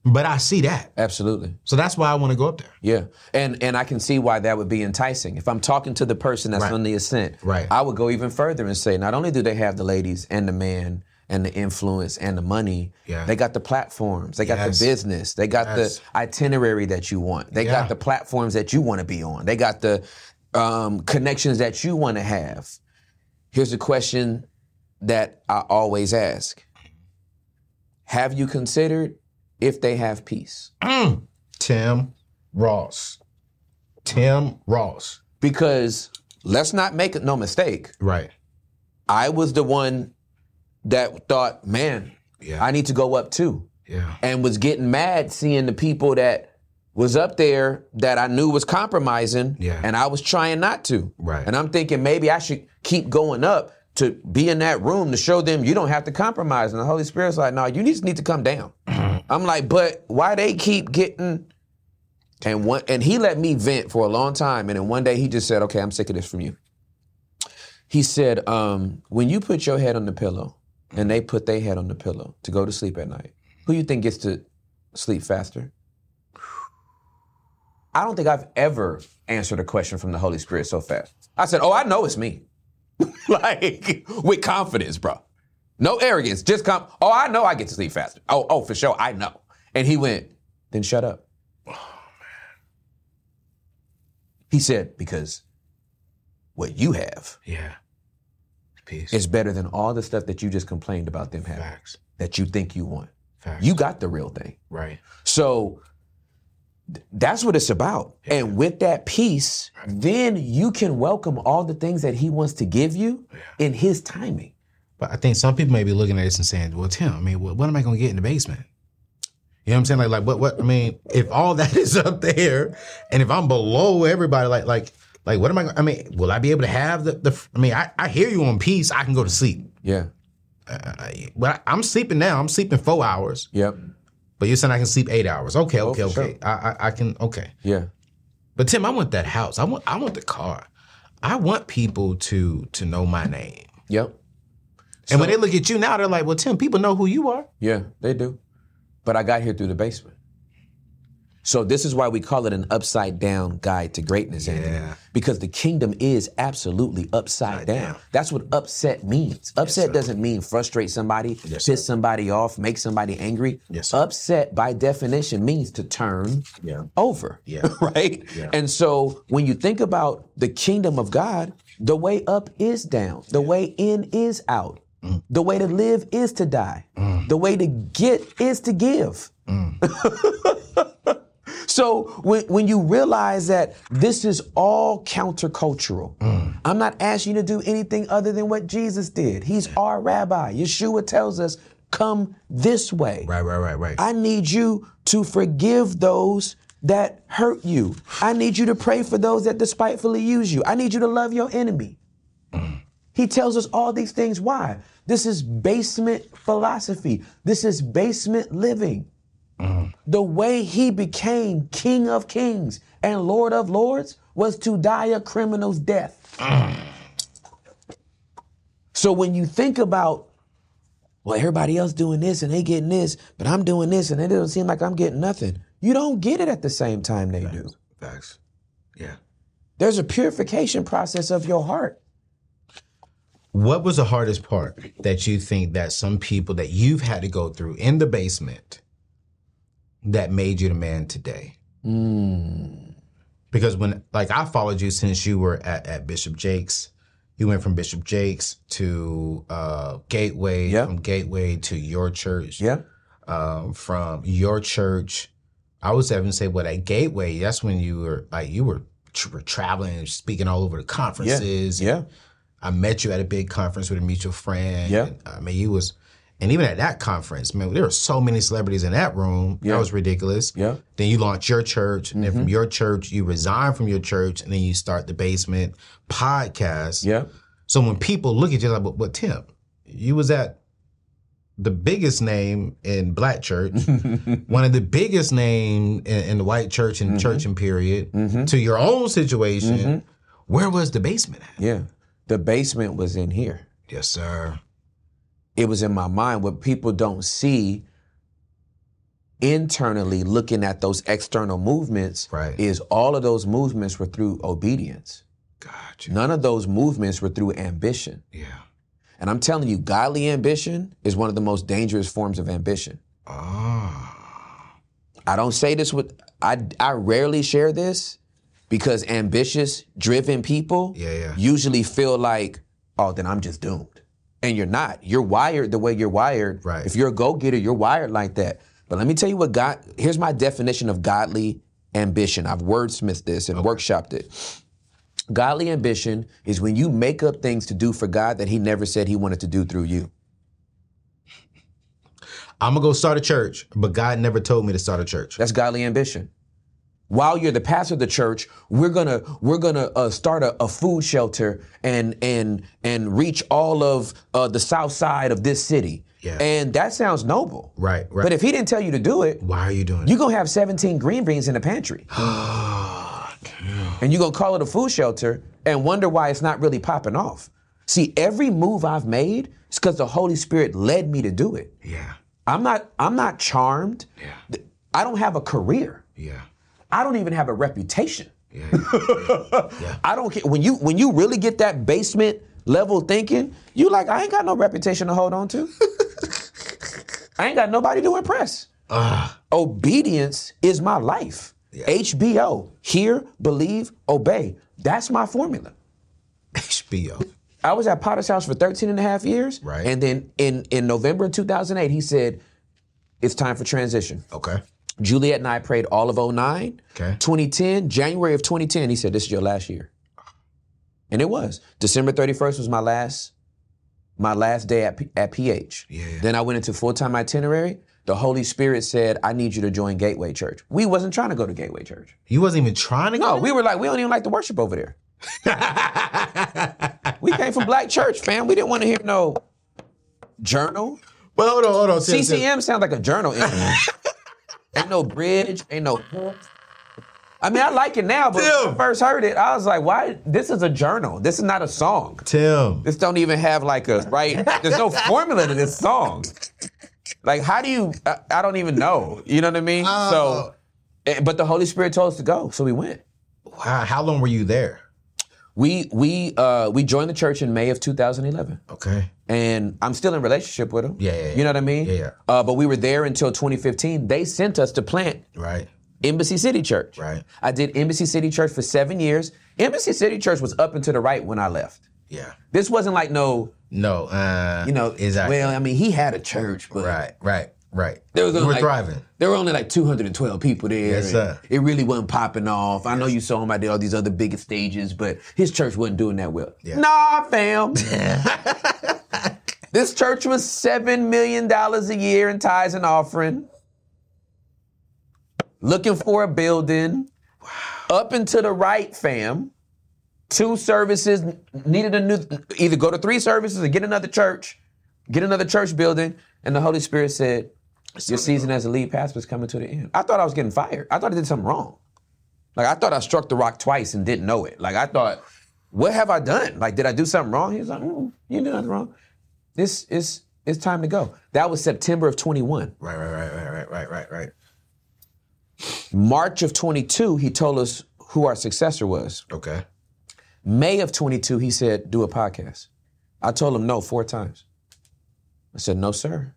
S2: but I see that.
S1: Absolutely.
S2: So that's why I want to go up there.
S1: Yeah. And and I can see why that would be enticing. If I'm talking to the person that's
S2: Right.
S1: on the ascent,
S2: Right.
S1: I would go even further and say, not only do they have the ladies and the man and the influence and the money,
S2: Yeah.
S1: they got the platforms, they got
S2: Yes.
S1: the business, they got
S2: Yes.
S1: the itinerary that you want, they
S2: Yeah.
S1: got the platforms that you want to be on, they got the um, connections that you want to have. Here's a question that I always ask Have you considered if they have peace?
S2: Mm. Tim Ross. Tim Ross.
S1: because let's not make no mistake.
S2: Right.
S1: I was the one that thought, man,
S2: Yeah.
S1: I need to go up too,
S2: yeah.
S1: and was getting mad seeing the people that was up there that I knew was compromising,
S2: Yeah.
S1: and I was trying not to.
S2: Right.
S1: And I'm thinking maybe I should keep going up to be in that room to show them you don't have to compromise. And the Holy Spirit's like, no, you just need to come down. I'm like, but why they keep getting And one and he let me vent for a long time. And then one day he just said, Okay, I'm sick of this from you. He said, um, when you put your head on the pillow and they put their head on the pillow to go to sleep at night, who you think gets to sleep faster? I don't think I've ever answered a question from the Holy Spirit so fast. I said, Oh, I know it's me. like, with confidence, bro. No arrogance, just come. Oh, I know I get to sleep faster. Oh, oh, for sure, I know. And he went, Then shut up. He said, Because what you have
S2: Yeah. Peace.
S1: is better than all the stuff that you just complained about them having
S2: facts.
S1: that you think you want.
S2: Facts.
S1: You got the real thing.
S2: right.
S1: So th- that's what it's about. And with that peace, then you can welcome all the things that he wants to give you in his timing.
S2: But I think some people may be looking at this and saying, "Well, Tim, I mean, what, what am I going to get in the basement?" You know what I'm saying? Like, like what? What? I mean, if all that is up there, and if I'm below everybody, like, like, like, what am I? gonna- I mean, will I be able to have the? the I mean, I, I hear you on peace. I can go to sleep,
S1: Yeah.
S2: but I, I'm sleeping now. I'm sleeping four hours,
S1: Yep.
S2: but you're saying I can sleep eight hours. Okay, okay,
S1: for sure.
S2: okay. I, I, I can. Okay.
S1: Yeah.
S2: But Tim, I want that house. I want I want the car. I want people to to know my name.
S1: Yep.
S2: and when they look at you now, they're like, "Well, Tim, people know who you are."
S1: Yeah, they do. But I got here through the basement. So this is why we call it an upside down guide to greatness, Anthony.
S2: Yeah.
S1: Because the kingdom is absolutely upside down. That's what upset means. Upset doesn't mean frustrate somebody, piss somebody off, make somebody angry.
S2: Yes, sir.
S1: upset by definition means to turn
S2: Yeah.
S1: over.
S2: Yeah.
S1: right? And so when you think about the kingdom of God, the way up is down, the way in is out,
S2: Mm.
S1: the way to live is to die, the way to get is to give.
S2: Mm.
S1: So when, when you realize that this is all countercultural,
S2: Mm.
S1: I'm not asking you to do anything other than what Jesus did. He's our rabbi. Yeshua tells us, come this way.
S2: Right, right, right, right.
S1: I need you to forgive those that hurt you. I need you to pray for those that despitefully use you. I need you to love your enemy. He tells us all these things. Why? This is basement philosophy. This is basement living. The way he became King of Kings and Lord of Lords was to die a criminal's death. So when you think about well, everybody else doing this and they getting this, but I'm doing this and it doesn't seem like I'm getting nothing. You don't get it at the same time they do.
S2: Facts. Yeah.
S1: There's a purification process of your heart.
S2: What was the hardest part that you think that some people that you've had to go through in the basement that made you the man today? Mm. Because when like I followed you since you were at, at Bishop Jakes, you went from Bishop Jakes to uh, Gateway,
S1: Yeah.
S2: from Gateway to your church,
S1: Yeah.
S2: um, from your church. I was even say, well, at Gateway, that's when you were like you were, tr were traveling, and speaking all over the conferences.
S1: Yeah.
S2: I met you at a big conference with a mutual friend.
S1: Yeah.
S2: And, I mean, you was, and even at that conference, man, there were so many celebrities in that room.
S1: Yeah.
S2: That was ridiculous.
S1: Yeah. Mm-hmm.
S2: Then you launch your church, and then from your church, you resign from your church, and then you start the Basement podcast.
S1: Yeah.
S2: So when people look at you, like, but, but Tim, you was at the biggest name in black church, one of the biggest name in, in the white church
S1: Mm-hmm.
S2: and church and period, to your own situation. Where was the basement at?
S1: Yeah. The basement was in here.
S2: Yes, sir.
S1: It was in my mind. What people don't see internally looking at those external movements
S2: Right.
S1: is all of those movements were through obedience.
S2: Gotcha.
S1: None of those movements were through ambition.
S2: Yeah.
S1: And I'm telling you, godly ambition is one of the most dangerous forms of ambition.
S2: Ah.
S1: I don't say this with I I rarely share this because ambitious, driven people
S2: Yeah, yeah.
S1: usually feel like, oh, then I'm just doomed. And you're not. You're wired the way you're wired.
S2: Right.
S1: If you're a go-getter, you're wired like that. But let me tell you what God here's my definition of godly ambition. I've wordsmithed this and workshopped it. Godly ambition is when you make up things to do for God that He never said He wanted to do through you.
S2: I'm gonna go start a church, but God never told me to start a church.
S1: That's godly ambition. While you're the pastor of the church, we're gonna we're gonna uh, start a, a food shelter and and and reach all of uh, the south side of this city.
S2: Yeah.
S1: And that sounds noble.
S2: Right, right.
S1: But if he didn't tell you to do it,
S2: Why are you doing
S1: you're going to have 17 green beans in the pantry. and you're going to call it a food shelter and wonder why it's not really popping off. See, every move I've made is because the Holy Spirit led me to do it.
S2: it? Yeah.
S1: I'm not, I'm not charmed.
S2: Yeah.
S1: Th- I don't have a career.
S2: Yeah.
S1: I don't even have a reputation.
S2: Yeah. yeah, yeah.
S1: I don't care. When you when you really get that basement level thinking, you like, I ain't got no reputation to hold on to. I ain't got nobody to impress.
S2: Ah.
S1: Obedience is my life. HBO, hear, believe, obey. That's my formula.
S2: HBO.
S1: I was at Potter's house for 13 and a half years.
S2: Right.
S1: And then in, in November of 2008, he said, it's time for transition.
S2: Okay.
S1: Juliet and I prayed all of 09.
S2: Okay.
S1: 2010, January of 2010, he said, This is your last year. And it was. December 31st was my last, my last day at, P- at PH.
S2: Yeah, yeah.
S1: Then I went into full-time itinerary. The Holy Spirit said, I need you to join Gateway Church. We wasn't trying to go to Gateway Church.
S2: You wasn't even trying to
S1: No,
S2: go.
S1: we were like, we don't even like to worship over there. we came from black church, fam. We didn't want to hear no journal.
S2: Well, hold on, hold on. Tim, Tim.
S1: CCM sounds like a journal entry. ain't no bridge, ain't no. I mean, I like it now, but when I
S2: Tim.
S1: first heard it, I was like, "Why? This is a journal. This is not a song.
S2: Tim.
S1: This don't even have like a right. There's no formula to this song. Like, how do you? I, I don't even know. You know what I mean? So, eh, but the Holy Spirit told us to go, so we went.
S2: Wow, how long were you there?
S1: We we uh, we joined the church in May of 2011.
S2: Okay.
S1: and I'm still in relationship with them.
S2: Yeah, yeah, yeah.
S1: You know what I mean?
S2: Yeah, yeah.
S1: Uh, but we were there until 2015. They sent us to plant
S2: Right.
S1: Embassy City Church.
S2: Right.
S1: I did Embassy City Church for seven years. Embassy City Church was up and to the right when I left.
S2: Yeah.
S1: This wasn't like no,
S2: No. Uh,
S1: you know,
S2: Exactly.
S1: well, I mean, he had a church, but
S2: right. Right. Right.
S1: There was
S2: you
S1: only
S2: were
S1: like-
S2: thriving.
S1: there were only like 212 people there.
S2: Yes,
S1: and
S2: sir.
S1: It really wasn't popping off. I know you saw him out there, all these other bigger stages, but his church wasn't doing that well.
S2: Yeah.
S1: Nah, fam. this church was $7 million a year in tithes and offering. Looking for a building. Up and to the right, fam. Two services n- needed a new, either go to three services or get another church, get another church building. And the Holy Spirit said, your season as a lead pastor is coming to the end. I thought I was getting fired. I thought I did something wrong. Like I thought I struck the rock twice and didn't know it. Like I thought, what have I done? Like did I do something wrong? He was like, mm, you did nothing wrong. This is it's time to go. That was September of 21.
S2: Right. Right. Right. Right. Right. Right. Right. Right.
S1: March of 22, he told us who our successor was.
S2: Okay.
S1: May of 22, he said, do a podcast. I told him no four times. I said, no, sir.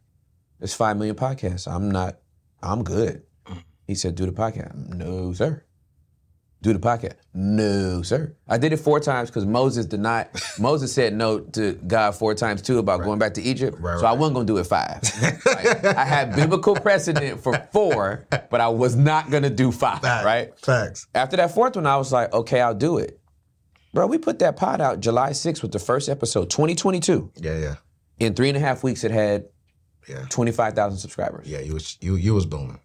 S1: There's five million podcasts. I'm not, I'm good. He said, do the podcast. No, sir. Do the podcast. No, sir. I did it four times because Moses did not, Moses said no to God four times too about going back to Egypt. so I wasn't going to do it five. Like, I had biblical precedent for four, but I was not going to do five,
S2: Facts.
S1: right?
S2: Facts.
S1: After that fourth one, I was like, okay, I'll do it. Bro, we put that pod out July 6th with the first episode, 2022.
S2: Yeah. Yeah.
S1: In three and a half weeks, it had
S2: Yeah.
S1: 25,000 subscribers.
S2: Yeah. You was you you was booming.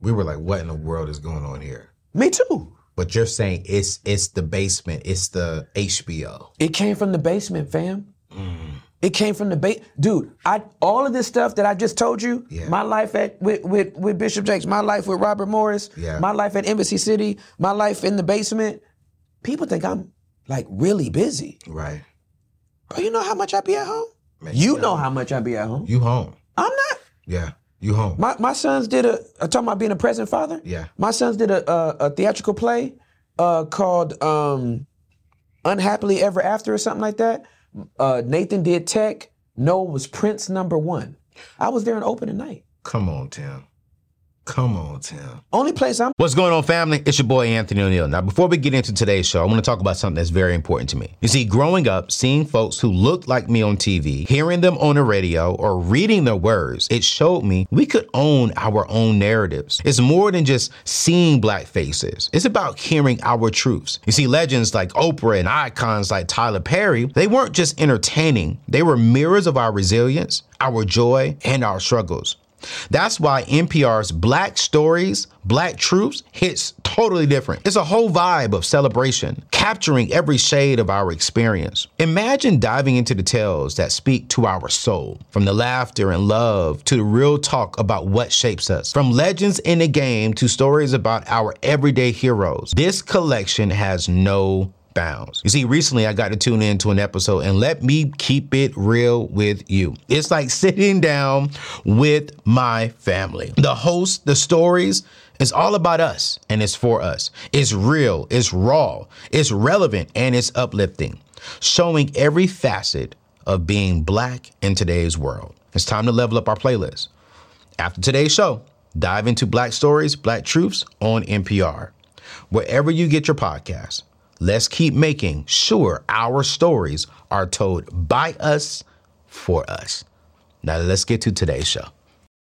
S2: We were like, what in the world is going on here?
S1: Me too.
S2: But you're saying it's it's the basement. It's the HBO.
S1: It came from the basement, fam.
S2: Mm.
S1: It came from the base, dude. I all of this stuff that I just told you.
S2: Yeah.
S1: My life at with, with with Bishop Jakes, my life with Robert Morris,
S2: Yeah.
S1: my life at Embassy City, my life in the basement. People think I'm like really busy.
S2: Right.
S1: Bro, you know how much I be at home.
S2: Man,
S1: you
S2: yeah.
S1: know how much I be at home.
S2: You home.
S1: I'm not.
S2: Yeah. You home.
S1: My my sons did a. I'm talking about being a present father.
S2: Yeah.
S1: My sons did a a, a theatrical play uh, called um, "Unhappily Ever After" or something like that. Uh, Nathan did tech. Noah was Prince number one. I was there on opening night.
S2: Come on, Tim. Come on, Tim.
S1: Only place I'm.
S2: What's going on, family? It's your boy Anthony O'Neill. Now, before we get into today's show, I want to talk about something that's very important to me. You see, growing up, seeing folks who looked like me on TV, hearing them on the radio, or reading their words, it showed me we could own our own narratives. It's more than just seeing black faces, it's about hearing our truths. You see, legends like Oprah and icons like Tyler Perry, they weren't just entertaining, they were mirrors of our resilience, our joy, and our struggles. That's why NPR's Black Stories, Black Troops hits totally different. It's a whole vibe of celebration, capturing every shade of our experience. Imagine diving into the tales that speak to our soul, from the laughter and love to the real talk about what shapes us, from legends in the game to stories about our everyday heroes. This collection has no bounds. You see, recently I got to tune in to an episode, and let me keep it real with you. It's like sitting down with my family. The host, the stories, it's all about us and it's for us. It's real, it's raw, it's relevant, and it's uplifting, showing every facet of being black in today's world. It's time to level up our playlist. After today's show, dive into Black Stories, Black Truths on NPR. Wherever you get your podcasts, let's keep making sure our stories are told by us for us. Now, let's get to today's show.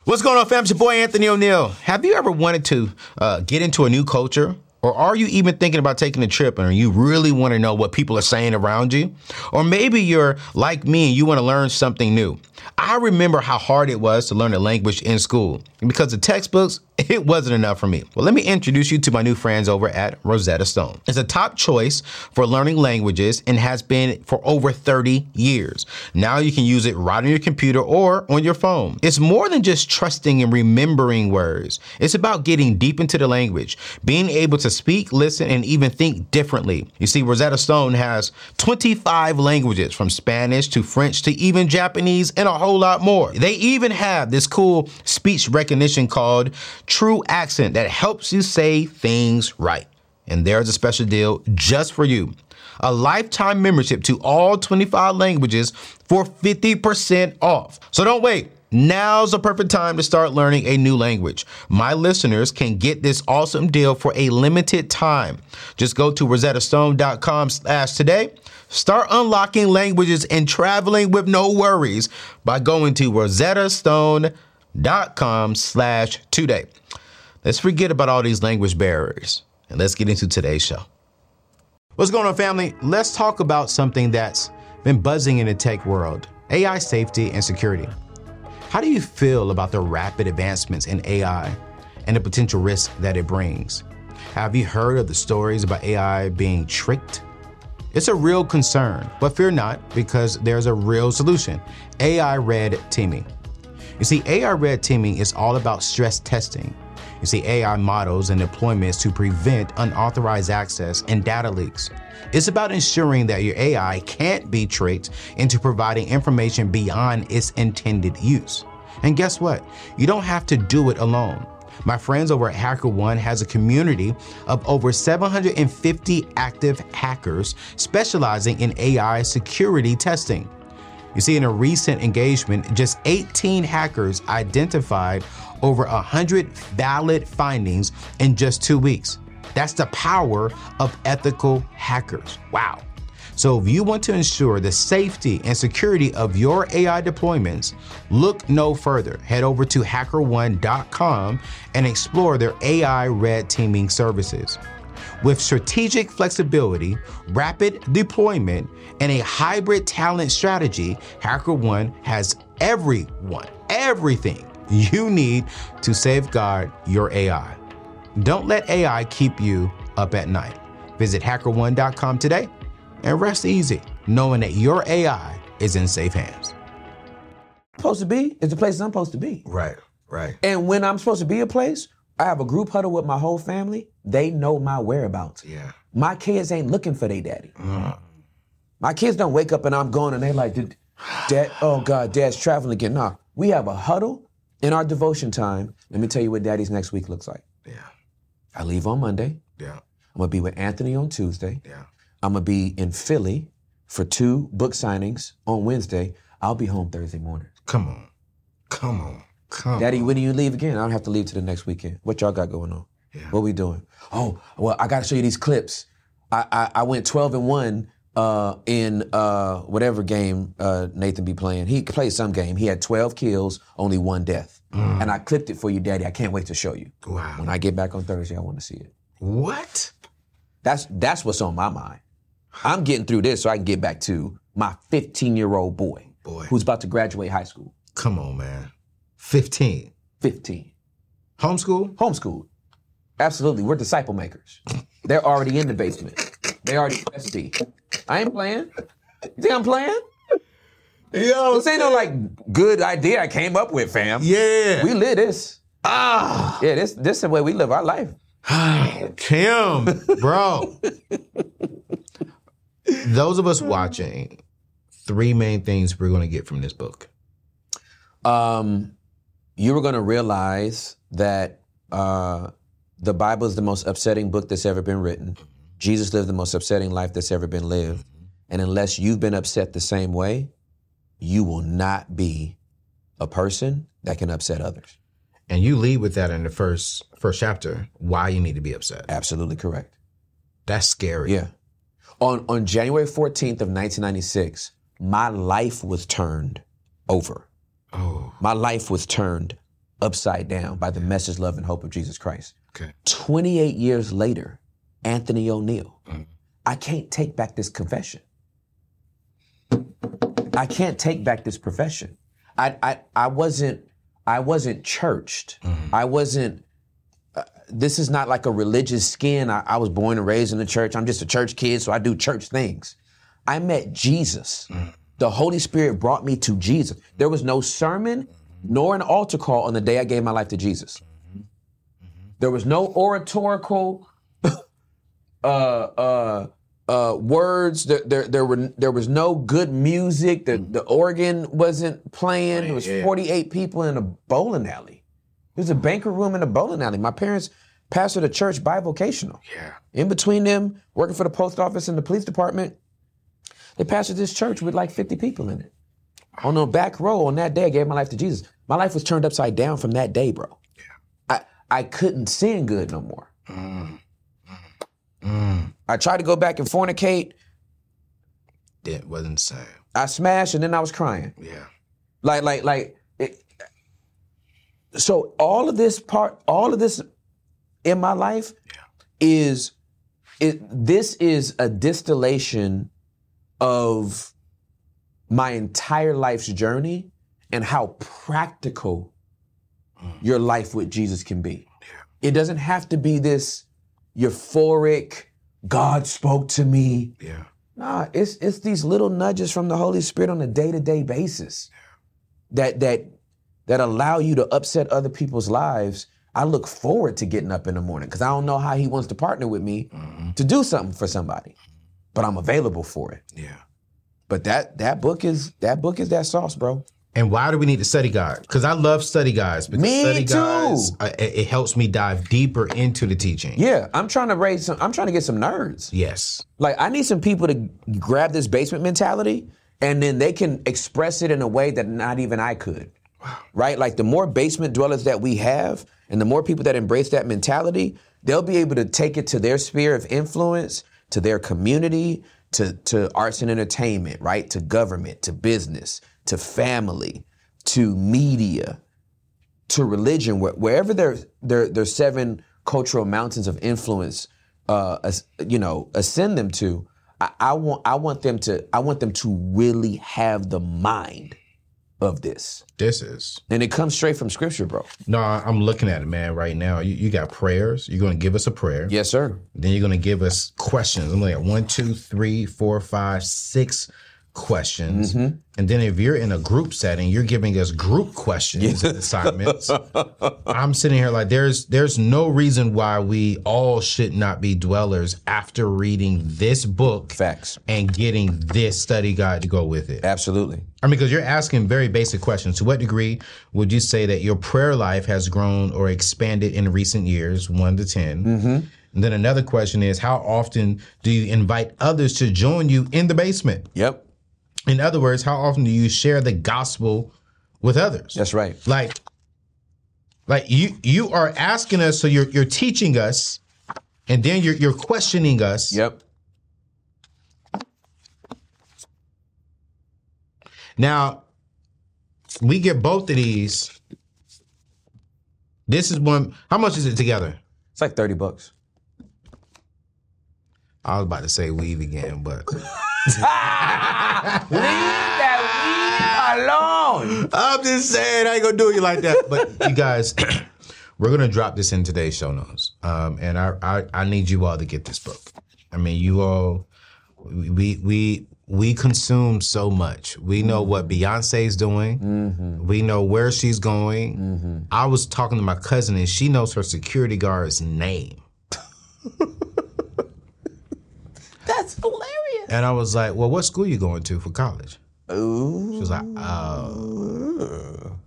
S2: What's going on, fam? It's your boy Anthony O'Neill. Have you ever wanted to uh, get into a new culture? Or are you even thinking about taking a trip and you really want to know what people are saying around you? Or maybe you're like me and you want to learn something new. I remember how hard it was to learn a language in school. And because the textbooks, it wasn't enough for me. Well, let me introduce you to my new friends over at Rosetta Stone. It's a top choice for learning languages and has been for over 30 years. Now you can use it right on your computer or on your phone. It's more than just trusting and remembering words. It's about getting deep into the language, being able to speak, listen, and even think differently. You see, Rosetta Stone has 25 languages from Spanish to French to even Japanese and a whole lot more. They even have this cool speech recognition called True Accent that helps you say things right. And there's a special deal just for you. A lifetime membership to all 25 languages for 50% off. So don't wait. Now's the perfect time to start learning a new language. My listeners can get this awesome deal for a limited time. Just go to rosettastone.com slash today. Start unlocking languages and traveling with no worries by going to rosettastone.com slash today. Let's forget about all these language barriers and let's get into today's show. What's going on, family? Let's talk about something that's been buzzing in the tech world AI safety and security. How do you feel about the rapid advancements in AI and the potential risk that it brings? Have you heard of the stories about AI being tricked? It's a real concern, but fear not because there's a real solution AI red teaming. You see, AI red teaming is all about stress testing. You see, AI models and deployments to prevent unauthorized access and data leaks. It's about ensuring that your AI can't be tricked into providing information beyond its intended use. And guess what? You don't have to do it alone. My friends over at HackerOne has a community of over 750 active hackers specializing in AI security testing. You see, in a recent engagement, just 18 hackers identified over 100 valid findings in just two weeks. That's the power of ethical hackers. Wow. So, if you want to ensure the safety and security of your AI deployments, look no further. Head over to hackerone.com and explore their AI red teaming services. With strategic flexibility, rapid deployment, and a hybrid talent strategy, HackerOne has everyone, everything you need to safeguard your AI. Don't let AI keep you up at night. Visit hackerone.com today and rest easy knowing that your AI is in safe hands.
S1: Supposed to be is the place I'm supposed to be.
S2: Right, right.
S1: And when I'm supposed to be a place, I have a group huddle with my whole family. They know my whereabouts.
S2: Yeah.
S1: My kids ain't looking for their daddy. My kids don't wake up and I'm gone and they like, "Did- Dad, oh God, dad's traveling again. Nah, we have a huddle in our devotion time. Let me tell you what daddy's next week looks like.
S2: Yeah,
S1: I leave on Monday.
S2: yeah,
S1: I'm gonna be with Anthony on Tuesday.
S2: yeah.
S1: I'm gonna be in Philly for two book signings on Wednesday. I'll be home Thursday morning.
S2: Come on. Come on. Come
S1: Daddy, when do you leave again? I don't have to leave to the next weekend. What y'all got going on?
S2: Yeah.
S1: What we doing? Oh, well, I gotta show you these clips. I I, I went 12 and one uh, in uh, whatever game uh, Nathan be playing. He played some game. He had 12 kills, only one death.
S2: Mm.
S1: And I clipped it for you, Daddy. I can't wait to show you.
S2: Wow.
S1: When I get back on Thursday, I want to see it.
S2: What?
S1: That's that's what's on my mind. I'm getting through this so I can get back to my 15 year old boy,
S2: Boy.
S1: who's about to graduate high school.
S2: Come on, man. 15.
S1: 15,
S2: Homeschool?
S1: homeschooled. Absolutely, we're disciple makers. They're already in the basement. They already SD. I ain't playing. You think I'm playing?
S2: Yo,
S1: This ain't no like good idea I came up with, fam.
S2: yeah.
S1: We live this.
S2: ah,
S1: Yeah, this this is the way we live our life.
S2: Tim, bro. Those of us watching, three main things we're going to get from this book.
S1: Um, you were gonna realize that uh, the Bible is the most upsetting book that's ever been written. Jesus lived the most upsetting life that's ever been lived. And unless you've been upset the same way, you will not be a person that can upset others.
S2: And you lead with that in the first first chapter, why you need to be upset.
S1: Absolutely correct.
S2: That's scary.
S1: Yeah. On on January 14th of 1996, my life was turned over.
S2: Oh,
S1: My life was turned upside down by the message, love, and hope of Jesus Christ.
S2: okay.
S1: 28 years later, Anthony O'Neill, I can't take back this confession. I can't take back this profession. I I, I wasn't I wasn't churched. I wasn't. uh, This is not like a religious skin. I, I was born and raised in the church. I'm just a church kid, so I do church things. I met Jesus. The Holy Spirit brought me to Jesus. There was no sermon nor an altar call on the day I gave my life to Jesus. There was no oratorical uh, uh, uh, words. There, there, there were there was no good music. The the organ wasn't playing. There was 48 people in a bowling alley. There was a banquet room in a bowling alley. My parents pastored a church bivocational.
S2: Yeah.
S1: In between them, working for the post office and the police department, they pastored this church with like 50 people in it. On the back row on that day, I gave my life to Jesus. My life was turned upside down from that day, bro. I, I couldn't sin good no more. I tried to go back and fornicate.
S2: It wasn't the same.
S1: I smashed and then I was crying.
S2: Yeah.
S1: Like, like, like. It, so all of this part, all of this in my life is, it, this is a distillation of my entire life's journey and how practical your life with Jesus can be. It doesn't have to be this euphoric, God spoke to me.
S2: Yeah.
S1: Nah, it's it's these little nudges from the Holy Spirit on a day-to-day basis that that that allow you to upset other people's lives. I look forward to getting up in the morning because I don't know how he wants to partner with me to do something for somebody. But I'm available for it.
S2: Yeah.
S1: But that that book is that book is that sauce, bro.
S2: And why do we need to study God? Because I love study guides. Because
S1: Me
S2: study
S1: too.
S2: guides, uh, it, it helps me dive deeper into the teaching.
S1: Yeah, I'm trying to raise some I'm trying to get some nerds.
S2: Yes.
S1: Like I need some people to grab this basement mentality and then they can express it in a way that not even I could. Right? Like the more basement dwellers that we have and the more people that embrace that mentality, they'll be able to take it to their sphere of influence, to their community, to to arts and entertainment, right? To government, to business, to family, to media, to religion, where, wherever their their their seven cultural mountains of influence, uh, as- you know, ascend them to. I, I want I want them to I want them to really have the mind of this,
S2: This is.
S1: and it comes straight from Scripture, bro.
S2: No, I- I'm looking at it, man, right now. You, you got prayers. You're going to give us a prayer.
S1: Yes, sir.
S2: Then you're going to give us questions. I'm looking at one, two, three, four, five, six questions. And then if you're in a group setting, you're giving us group questions and assignments. I'm sitting here like there's there's no reason why we all should not be dwellers after reading this book
S1: Facts.
S2: and getting this study guide to go with it.
S1: Absolutely.
S2: I mean, because you're asking very basic questions. To what degree would you say that your prayer life has grown or expanded in recent years, one to 10? Mm-hmm. And then another question is how often do you invite others to join you in the basement?
S1: Yep.
S2: In other words, how often do you share the gospel with others?
S1: That's right.
S2: Like, like you you are asking us, so you're you're teaching us, and then you're you're questioning us.
S1: Yep.
S2: Now, we get both of these. This is one. How much is it together?
S1: It's like thirty bucks.
S2: I was about to say weave again, but
S1: Alone.
S2: I'm just saying I ain't gonna do you like that. But you guys, We're gonna drop this in today's show notes, um, and I, I I need you all to get this book. I mean, you all, we we we consume so much. We know what Beyonce's doing. We know where she's going. I was talking to my cousin, and she knows her security guard's name.
S4: That's hilarious.
S2: And I was like, "Well, what school you going to for college?" Ooh. She was like, "Oh."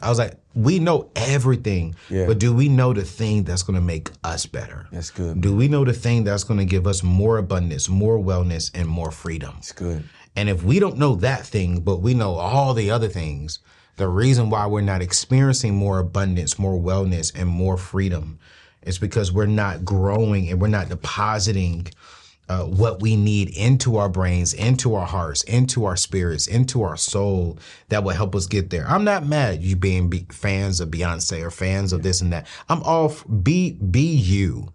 S2: I was like, "We know everything,
S1: Yeah.
S2: but do we know the thing that's going to make us better?
S1: That's good.
S2: Do we know the thing that's going to give us more abundance, more wellness, and more freedom?
S1: It's good.
S2: And if we don't know that thing, but we know all the other things, the reason why we're not experiencing more abundance, more wellness, and more freedom is because we're not growing and we're not depositing uh, what we need into our brains, into our hearts, into our spirits, into our soul that will help us get there. I'm not mad at you being be- fans of Beyonce or fans of this and that. I'm all f- be be you,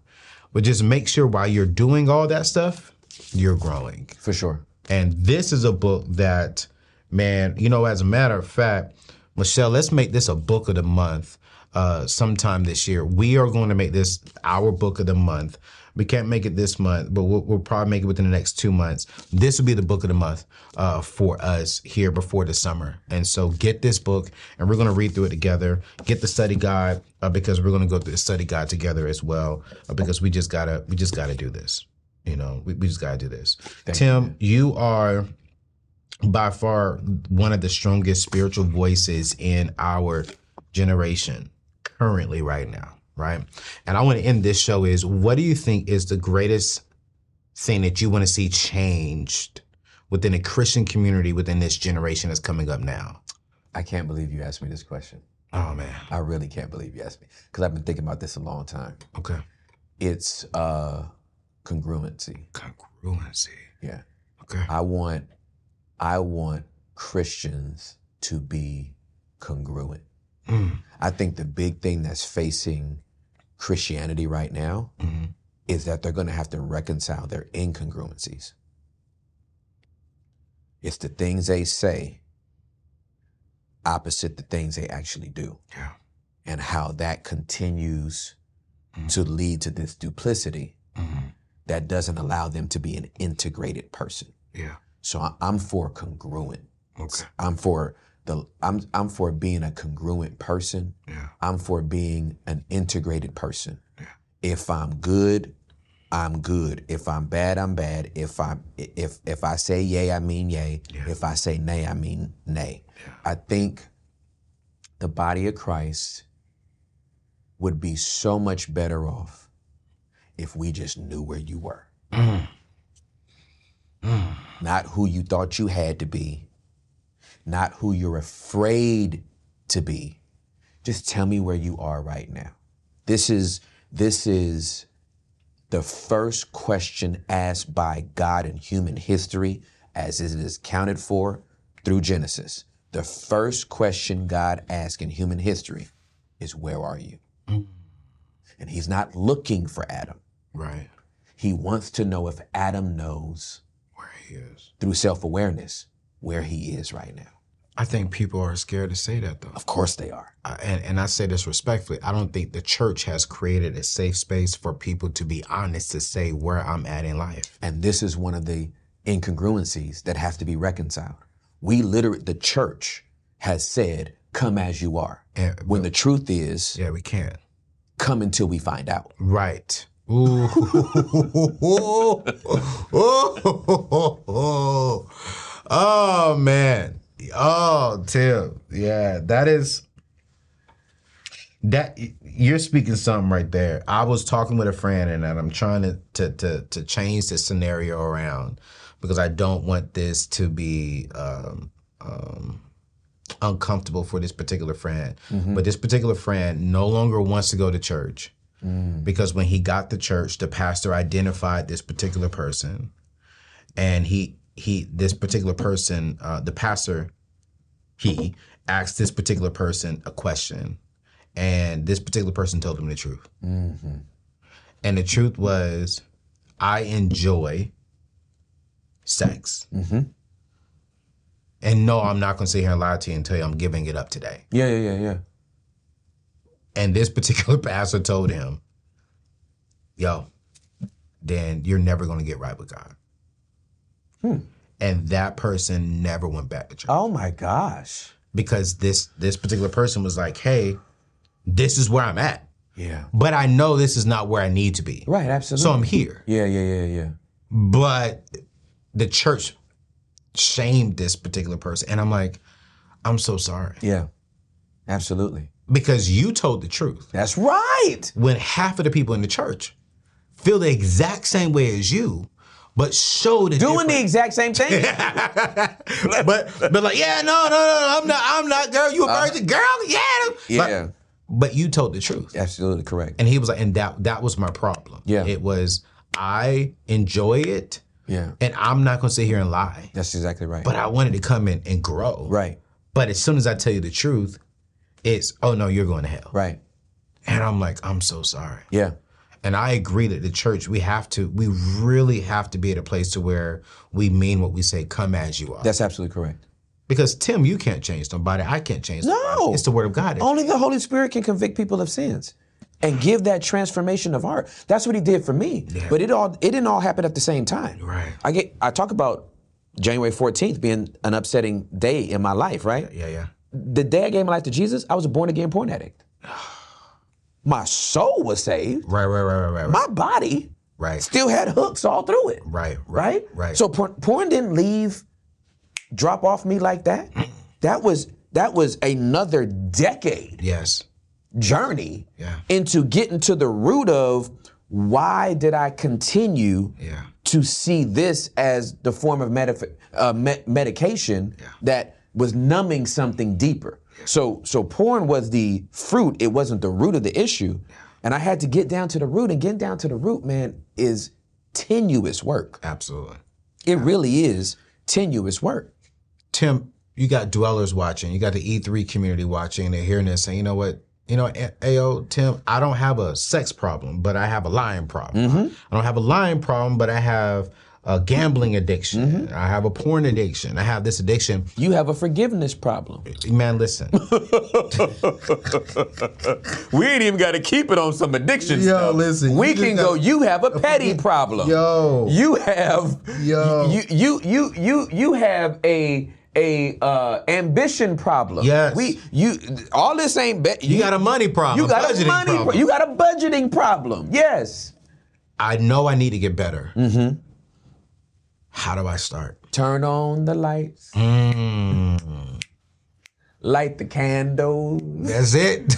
S2: but just make sure while you're doing all that stuff, you're growing.
S1: For sure.
S2: And this is a book that, man, you know, as a matter of fact, Michelle, let's make this a book of the month uh, sometime this year. We are going to make this our book of the month. We can't make it this month, but we'll, we'll probably make it within the next two months. This will be the book of the month uh, for us here before the summer. And so get this book, and we're going to read through it together. Get the study guide uh, because we're going to go through the study guide together as well uh, because we just gotta we just gotta do this. You know, we, we just gotta do this. Tim, you are by far one of the strongest spiritual voices in our generation currently right now, right? And I want to end this show is what do you think is the greatest thing that you want to see changed within the Christian community within this generation that's coming up now?
S1: I can't believe you asked me this question.
S2: Oh man.
S1: I really can't believe you asked me because I've been thinking about this a long time.
S2: Okay.
S1: It's uh, congruency.
S2: Congruency.
S1: Yeah.
S2: Okay.
S1: I want I want Christians to be congruent.
S2: Mm,
S1: I think the big thing that's facing Christianity right now
S2: mm,
S1: is that they're going to have to reconcile their incongruencies. It's the things they say opposite the things they actually do
S2: Yeah.
S1: and how that continues to lead to this duplicity
S2: mm.
S1: that doesn't allow them to be an integrated person.
S2: Yeah.
S1: So I- I'm for congruent.
S2: Okay.
S1: I'm for the I'm I'm for being a congruent person.
S2: Yeah.
S1: I'm for being an integrated person. If I'm good, I'm good. If I'm bad, I'm bad. If I if if I say yay, I mean yay. If I say nay, I mean nay. I think the body of Christ would be so much better off if we just knew where you were. Not who you thought you had to be, not who you're afraid to be. Just tell me where you are right now. This is this is the first question asked by God in human history as it is counted for through Genesis. The first question God asks in human history is where are you? And he's not looking for Adam.
S2: Right.
S1: He wants to know if Adam knows
S2: Where he is.
S1: through self awareness where he is right now.
S2: I think people are scared to say that though.
S1: Of course they are.
S2: I- and, and I say this respectfully, I don't think the church has created a safe space for people to be honest to say where I'm at in life.
S1: And this is one of the incongruencies that have to be reconciled. We literally, the church has said, come as you are.
S2: Yeah,
S1: when the truth is,
S2: Yeah, we can't.
S1: come until we find out.
S2: Right. Ooh. oh man. Oh Tim. Yeah, that is that you're speaking something right there. I was talking with a friend and I'm trying to to to, to change the scenario around because I don't want this to be um, um, uncomfortable for this particular friend. But this particular friend no longer wants to go to church because when he got to church, the pastor identified this particular person, and he he this particular person, uh, the pastor, he asked this particular person a question, and this particular person told him the truth, and the truth was, I enjoy sex. And no, I'm not gonna sit here and lie to you and tell you I'm giving it up today.
S1: Yeah, yeah, yeah, yeah.
S2: And this particular pastor told him, yo, then you're never going to get right with God. And that person never went back to church
S1: Oh my gosh.
S2: because this this particular person was like, hey, this is where I'm at,
S1: Yeah.
S2: but I know this is not where I need to be.
S1: Right, absolutely.
S2: So I'm here.
S1: yeah, yeah, yeah, yeah.
S2: But the church shamed this particular person. And I'm like, I'm so sorry.
S1: Yeah. Absolutely.
S2: Because you told the truth.
S1: That's right.
S2: when half of the people in the church feel the exact same way as you, but show the
S1: Doing the
S2: different-
S1: exact same thing.
S2: but but like yeah no no no no, I'm not I'm not girl you a virgin girl yeah Like,
S1: Uh-huh. yeah.
S2: but you told the truth
S1: Absolutely correct.
S2: and he was like and that that was my problem
S1: Yeah.
S2: it was I enjoy it
S1: yeah.
S2: and I'm not gonna sit here and lie
S1: That's exactly right.
S2: but I wanted to come in and grow
S1: right.
S2: but as soon as I tell you the truth it's oh no you're going to hell
S1: Right.
S2: and I'm like I'm so sorry
S1: Yeah.
S2: and I agree that the church we have to we really have to be at a place to where we mean what we say come as you are
S1: That's absolutely correct.
S2: because Tim you can't change nobody I can't change
S1: No.
S2: nobody. it's the word of God
S1: Only the Holy Spirit can convict people of sins and give that transformation of heart. That's what he did for me. But it all it didn't all happen at the same time.
S2: Right.
S1: I get I talk about January 14th being an upsetting day in my life, right?
S2: yeah yeah
S1: The day I gave my life to Jesus, I was a born again porn addict. My soul was saved.
S2: right right right right right
S1: My body
S2: right
S1: still had hooks all through it.
S2: right right
S1: right?
S2: right
S1: So porn, porn didn't leave, drop off me like that.
S2: Mm.
S1: That was that was another decade
S2: yes
S1: journey
S2: Yeah.
S1: into getting to the root of why did I continue
S2: yeah
S1: to see this as the form of medif- uh, me- medication that was numbing something deeper. So so porn was the fruit; it wasn't the root of the issue. And I had to get down to the root, and getting down to the root, man, is tenuous work.
S2: absolutely
S1: It really is tenuous work.
S2: Tim you got dwellers watching you got the E3 community watching they're hearing this saying you know what you know A- Ayo Tim I don't have a sex problem but I have a lying problem
S1: Mm-hmm.
S2: I don't have a lying problem but I have a gambling addiction.
S1: Mm-hmm.
S2: I have a porn addiction. I have this addiction.
S1: You have a forgiveness problem.
S2: Man, listen.
S3: We ain't even got to keep it on some addiction
S2: Yo,
S3: stuff.
S2: listen,
S3: We
S2: you just
S3: can go.
S2: got-
S3: You have a petty problem.
S2: Yo.
S3: You have.
S2: Yo.
S3: You,
S1: You you you you have a a uh, ambition problem.
S2: Yes.
S1: We you all this ain't bet.
S2: You got a money problem.
S1: you got a
S2: budgeting
S1: money pro-
S2: problem.
S1: you got a budgeting problem. Yes.
S2: I know I need to get better.
S1: Mm-hmm.
S2: How do I start? Mm,
S1: Turn on the lights.
S2: Hmm.
S1: Light the candles.
S2: That's it.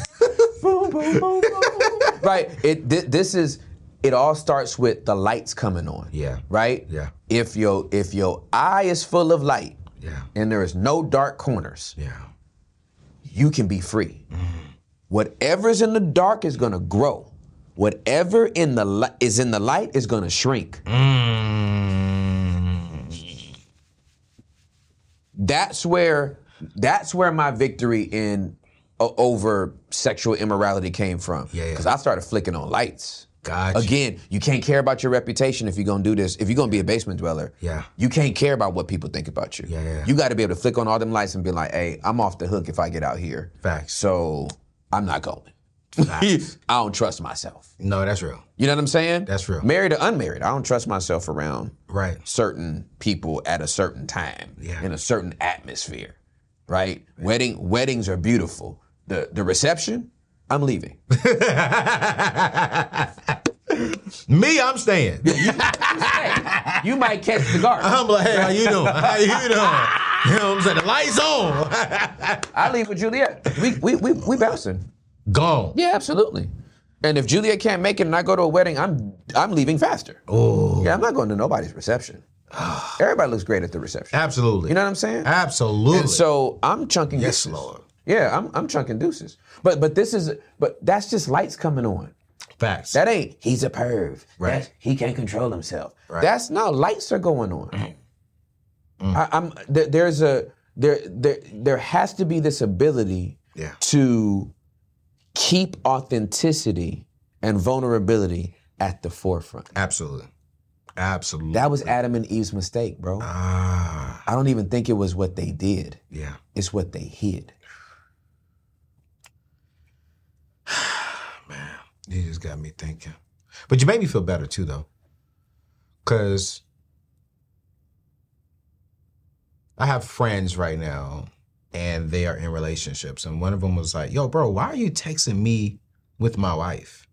S1: Boom, boom, boom, boom. right. It thi- this is it all starts with the lights coming on.
S2: Yeah.
S1: Right?
S2: Yeah.
S1: If your if your eye is full of light,
S2: Yeah.
S1: and there is no dark corners,
S2: Yeah.
S1: you can be free.
S2: Mm-hmm.
S1: Whatever's in the dark is going to grow. Whatever in the li- is in the light is going to shrink.
S2: Mm-hmm. Mm.
S1: That's where that's where my victory in o- over sexual immorality came from.
S2: Yeah, yeah.
S1: Cuz I started flicking on lights.
S2: Gotcha.
S1: Again, you can't care about your reputation if you're gonna do this. If you're gonna be a basement dweller,
S2: Yeah.
S1: you can't care about what people think about you.
S2: Yeah, yeah, yeah.
S1: You got to be able to flick on all them lights and be like, "Hey, I'm off the hook if I get out here."
S2: Facts.
S1: So I'm not going. I
S2: Facts.
S1: don't trust myself.
S2: no, that's real.
S1: You know what I'm saying?
S2: That's real.
S1: Married or unmarried, I don't trust myself around
S2: Right.
S1: certain people at a certain time
S2: Yeah.
S1: in a certain atmosphere. Right? Wedding weddings are beautiful. The the reception, I'm leaving.
S2: Me, I'm staying.
S1: you might catch the guard.
S2: I'm like, hey, how you doing? How you doing? You know what I'm saying? The lights on.
S1: I leave with Juliet. We we we, we bouncing.
S2: Gone.
S1: Yeah, absolutely. And if Juliet can't make it and I go to a wedding, I'm I'm leaving faster. Yeah, I'm not going to nobody's reception. Everybody looks great at the reception.
S2: Absolutely.
S1: You know what I'm saying?
S2: Absolutely.
S1: And so I'm chunking
S2: Yes,
S1: deuces.
S2: Lord.
S1: Yeah, I'm I'm chunking deuces. But but this is but that's just lights coming on.
S2: Facts.
S1: That ain't he's a perv.
S2: Right.
S1: That's- he can't control himself. That's no lights are going on.
S2: Mm-hmm.
S1: I, I'm there, there's a there there there has to be this ability
S2: Yeah.
S1: to keep authenticity and vulnerability at the forefront.
S2: Absolutely. Absolutely.
S1: That was Adam and Eve's mistake, bro.
S2: ah,
S1: I don't even think it was what they did.
S2: yeah.
S1: It's what they hid.
S2: You just got me thinking. But you made me feel better too, though. Because I have friends right now and they are in relationships. And one of them was like, Yo, bro, why are you texting me with my wife?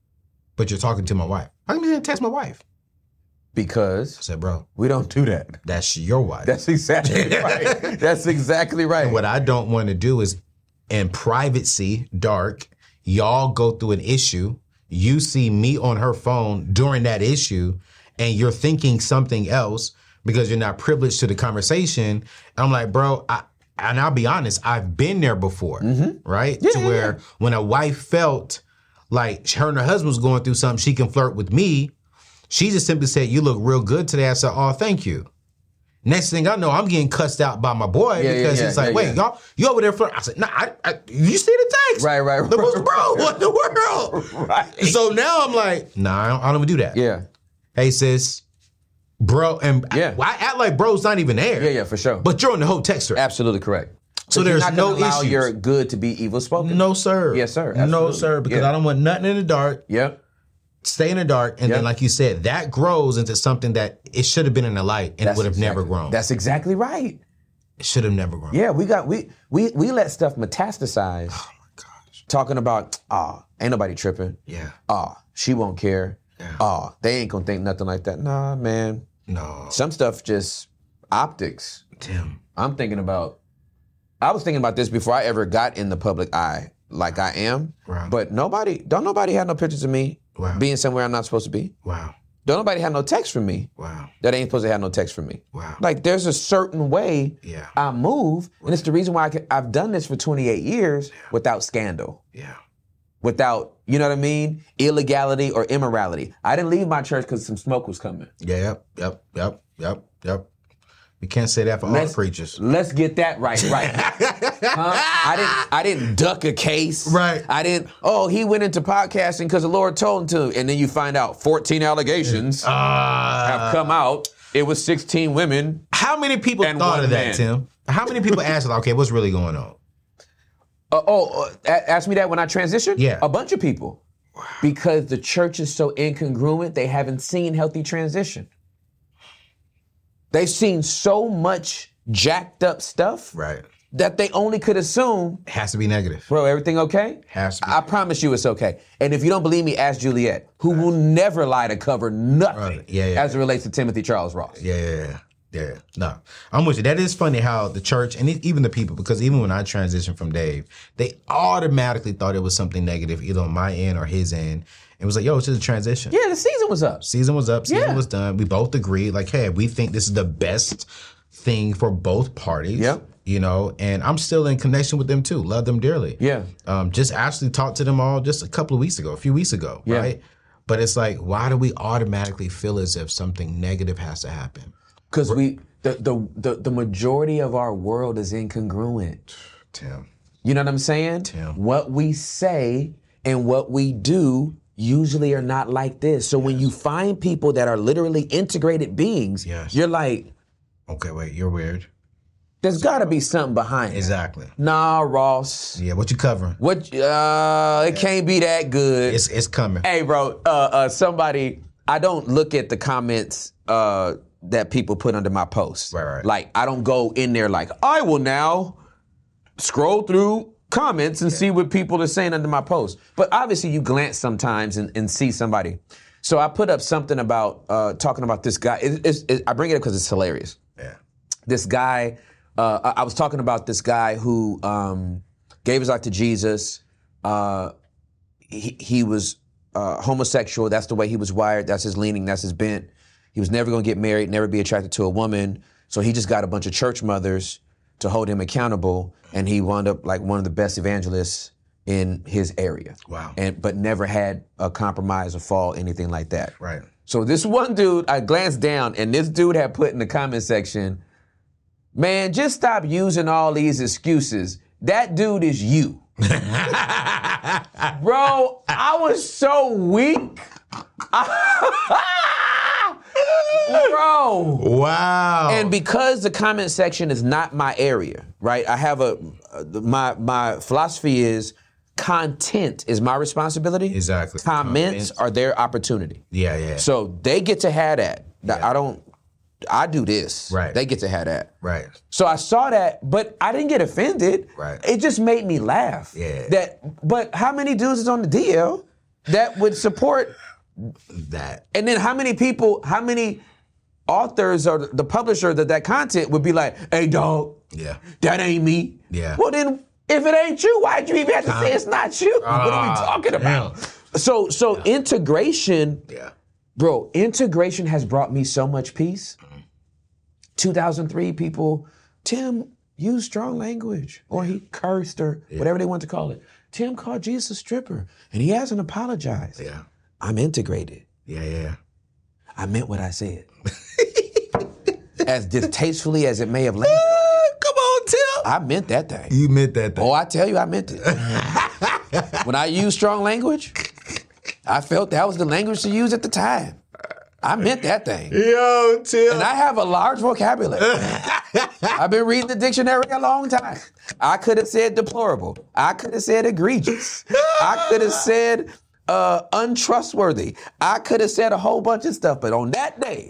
S2: But you're talking to my wife. How come you didn't text my wife? I
S1: Because
S2: said, Bro,
S1: we don't do that.
S2: that's your wife.
S1: That's exactly right. That's exactly right.
S2: what I don't want to do is in privacy, dark, y'all go through an issue. You see me on her phone during that issue, and you're thinking something else because you're not privileged to the conversation. And I'm like, bro, I and I'll be honest, I've been there before, right? to where when a wife felt like her and her husband was going through something, she can flirt with me. She just simply said, "You look real good today." I said, "Oh, thank you." Next thing I know, I'm getting cussed out by my boy
S1: Yeah, yeah,
S2: because
S1: yeah,
S2: he's like,
S1: yeah,
S2: "Wait,
S1: yeah.
S2: y'all, you over there flirting?" I said, "Nah, I, I, you see the text,
S1: Right, right,
S2: Like, what's-
S1: right,
S2: bro, what in the world?"
S1: Right.
S2: So now I'm like, "Nah, I don't, I don't even do that."
S1: Yeah.
S2: Hey, sis, bro, and I-
S1: Yeah.
S2: I, act like bro's not even there.
S1: Yeah, yeah, for sure.
S2: But you're on the whole texter.
S1: Absolutely correct.
S2: So
S1: But
S2: there's
S1: you're not gonna
S2: no
S1: allow
S2: issues.
S1: your good to be evil spoken.
S2: No, sir.
S1: Yes, sir.
S2: No,
S1: Absolutely.
S2: sir. Because
S1: Yeah.
S2: I don't want nothing in the dark.
S1: Yeah.
S2: Stay in the dark, and then,
S1: Yeah.
S2: like you said, that grows into something that it should have been in the light and would have never grown.
S1: That's exactly right.
S2: it should have never grown.
S1: Yeah, we got we we we let stuff metastasize. Oh my gosh. Talking about ah, ain't nobody tripping.
S2: Yeah.
S1: Ah, she won't care. Ah, they ain't gonna think nothing like that. Nah, man.
S2: No,
S1: Some stuff just optics.
S2: Tim.
S1: I'm thinking about. I was thinking about this before I ever got in the public eye, like I am.
S2: Right.
S1: But nobody, don't nobody have no pictures of me
S2: Wow.
S1: being somewhere I'm not supposed to be.
S2: Wow.
S1: Don't nobody have no text from me
S2: Wow.
S1: that ain't supposed to have no text from me.
S2: Wow.
S1: Like there's a certain way
S2: Yeah.
S1: I move, and it's the reason why I can, I've done this for 28 years without scandal,
S2: Yeah.
S1: without you know what I mean, illegality or immorality. I didn't leave my church because some smoke was coming.
S2: Yeah. Yep. Yep. Yep. Yep. Yep. We can't say that for all
S1: Let's-
S2: preachers.
S1: Let's get that right, right? Huh? I didn't. I didn't duck a case.
S2: Right.
S1: I didn't. Oh, he went into podcasting because the Lord told him to, and then you find out 14 allegations
S2: Uh,
S1: have come out. It was 16 women.
S2: How many people
S1: And
S2: thought
S1: one
S2: of that,
S1: man.
S2: Tim? How many people asked, like, okay, what's really going on?
S1: Uh, oh, uh, a- ask me that when I transition.
S2: Yeah.
S1: a bunch of people, because the church is so incongruent. They haven't seen healthy transition. They've seen so much jacked up stuff
S2: Right.
S1: that they only could assume,
S2: It has to be negative.
S1: bro, everything okay?
S2: Has to be.
S1: I promise you it's okay. And if you don't believe me, ask Juliet, who will never lie to cover nothing
S2: Right. Yeah, yeah.
S1: as it relates to Timothy Charles Ross.
S2: Yeah, yeah, yeah. Yeah, no, I'm with you. That is funny how the church and e- even the people, because even when I transitioned from Dave, they automatically thought it was something negative, either on my end or his end. It was like, yo, it's just a transition.
S1: Yeah, the season was up.
S2: Season was up, season
S1: Yeah.
S2: was done. We both agreed, like, hey, we think this is the best thing for both parties.
S1: Yep.
S2: You know, and I'm still in connection with them too. Love them dearly.
S1: Yeah.
S2: Um, just actually talked to them all just a couple of weeks ago, a few weeks ago,
S1: Yeah.
S2: right? But it's like, why do we automatically feel as if something negative has to happen?
S1: Because we the, the the the majority of our world is incongruent.
S2: Tim.
S1: You know what I'm saying? What we say and what we do usually are not like this. So when you find people that are literally integrated beings,
S2: Yes.
S1: you're like,
S2: Okay, wait, you're weird.
S1: there's gotta be something behind it.
S2: Exactly.
S1: Nah, Ross.
S2: Yeah, what you covering?
S1: What uh it can't be that good.
S2: It's it's coming.
S1: Hey, bro. Uh, uh, somebody. I don't look at the comments uh, that people put under my posts.
S2: Right, right.
S1: Like I don't go in there like I will now scroll through comments and see what people are saying under my post. But obviously, you glance sometimes and, and see somebody. So I put up something about uh, talking about this guy. It, it's it, I bring it up because it's hilarious
S2: Yeah.
S1: this guy. Uh, I- I was talking about this guy who um, gave his life to Jesus. Uh, he, he was uh, homosexual. That's the way he was wired. That's his leaning. That's his bent. He was never going to get married, never be attracted to a woman. So he just got a bunch of church mothers to hold him accountable, and he wound up like one of the best evangelists in his area.
S2: Wow.
S1: And but never had a compromise or fall, anything like that.
S2: Right.
S1: So this one dude, I glanced down, and this dude had put in the comment section, "Man, just stop using all these excuses. That dude is you, bro." I was so weak, bro.
S2: Wow.
S1: And because the comment section is not my area, right? I have a uh, my my philosophy is Content is my responsibility.
S2: Exactly.
S1: Comments are their opportunity.
S2: Yeah, yeah.
S1: So they get to have that. Th- I don't. I do this.
S2: Right.
S1: They get to have that.
S2: right.
S1: So I saw that, but I didn't get offended.
S2: Right.
S1: It just made me laugh.
S2: Yeah.
S1: That. But how many dudes is on the DL that would support?
S2: That.
S1: And then how many people? How many authors or the publisher that that content would be like, "Hey, dog,
S2: Yeah.
S1: that ain't me."
S2: Yeah.
S1: Well, then if it ain't you, why'd you even have to say it's not you? what are we
S2: Ah,
S1: talking about? So, so integration
S2: Yeah.
S1: bro, integration has brought me so much peace. 2003 people, Tim used strong language, or he cursed, or whatever they want to call it. Tim called Jesus a stripper, and he hasn't apologized.
S2: Yeah.
S1: I'm integrated.
S2: Yeah. Yeah.
S1: I meant what I said. as distastefully as it may have landed,
S2: Come on, Tim.
S1: I meant that thing.
S2: You meant that thing.
S1: Oh, I tell you, I meant it. when I used strong language, I felt that was the language to use at the time. I meant that thing.
S2: Yo, Tim.
S1: And I have a large vocabulary. I've been reading the dictionary a long time. I could have said deplorable. I could have said egregious. I could have said uh, untrustworthy. I could have said a whole bunch of stuff, but on that day,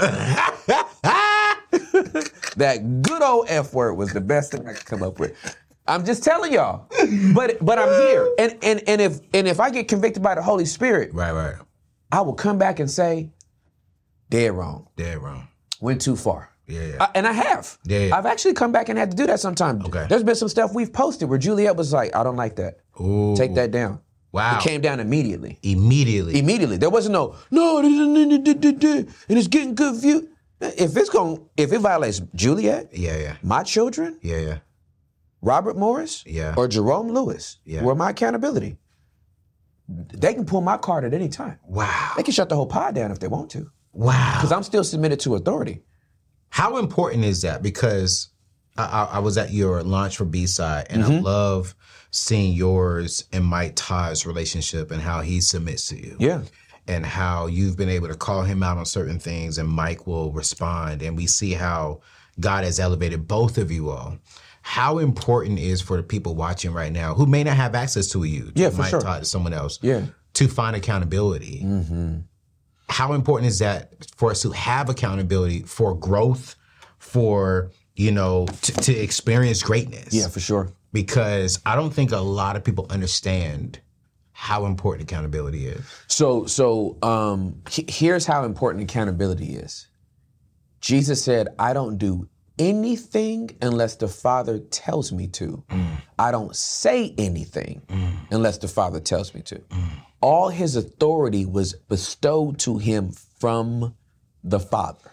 S1: that good old F word was the best thing I could come up with. I'm just telling y'all. But but I'm here. And and and if and if I get convicted by the Holy Spirit,
S2: right. Right.
S1: I will come back and say, dead wrong.
S2: Dead wrong.
S1: Went too far.
S2: Yeah. Yeah.
S1: I, and I have.
S2: Yeah.
S1: I've actually come back and had to do that sometime.
S2: Okay.
S1: There's been some stuff we've posted where Juliet was like, I don't like that.
S2: Ooh.
S1: Take that down.
S2: Wow.
S1: It came down immediately.
S2: Immediately.
S1: Immediately. There wasn't no, no, this is- this- this- this- this," and it's getting good view. If it's going if it violates Juliet,
S2: yeah. Yeah.
S1: my children,
S2: Yeah. Yeah.
S1: Robert Morris,
S2: Yeah.
S1: or Jerome Lewis,
S2: Yeah.
S1: were my accountability. They can pull my card at any time.
S2: Wow.
S1: They can shut the whole pod down if they want to.
S2: Wow.
S1: Because I'm still submitted to authority.
S2: How important is that? Because I, I, I was at your launch for B side, and I love seeing yours and Mike Todd's relationship and how he submits to you,
S1: Yeah.
S2: and how you've been able to call him out on certain things, and Mike will respond, and we see how God has elevated both of you all. How important is for the people watching right now who may not have access to you, to
S1: Yeah, for
S2: Mike
S1: sure.
S2: Todd, or someone else,
S1: Yeah. Mm-hmm.
S2: to find accountability. How important is that for us to have accountability for growth, for you know, t- to experience greatness?
S1: Yeah, for sure.
S2: Because I don't think a lot of people understand how important accountability is.
S1: So, so um, he- here's how important accountability is. Jesus said, "I don't do anything unless the Father tells me to. I don't say anything unless the Father tells me to." All His authority was bestowed to Him from the Father.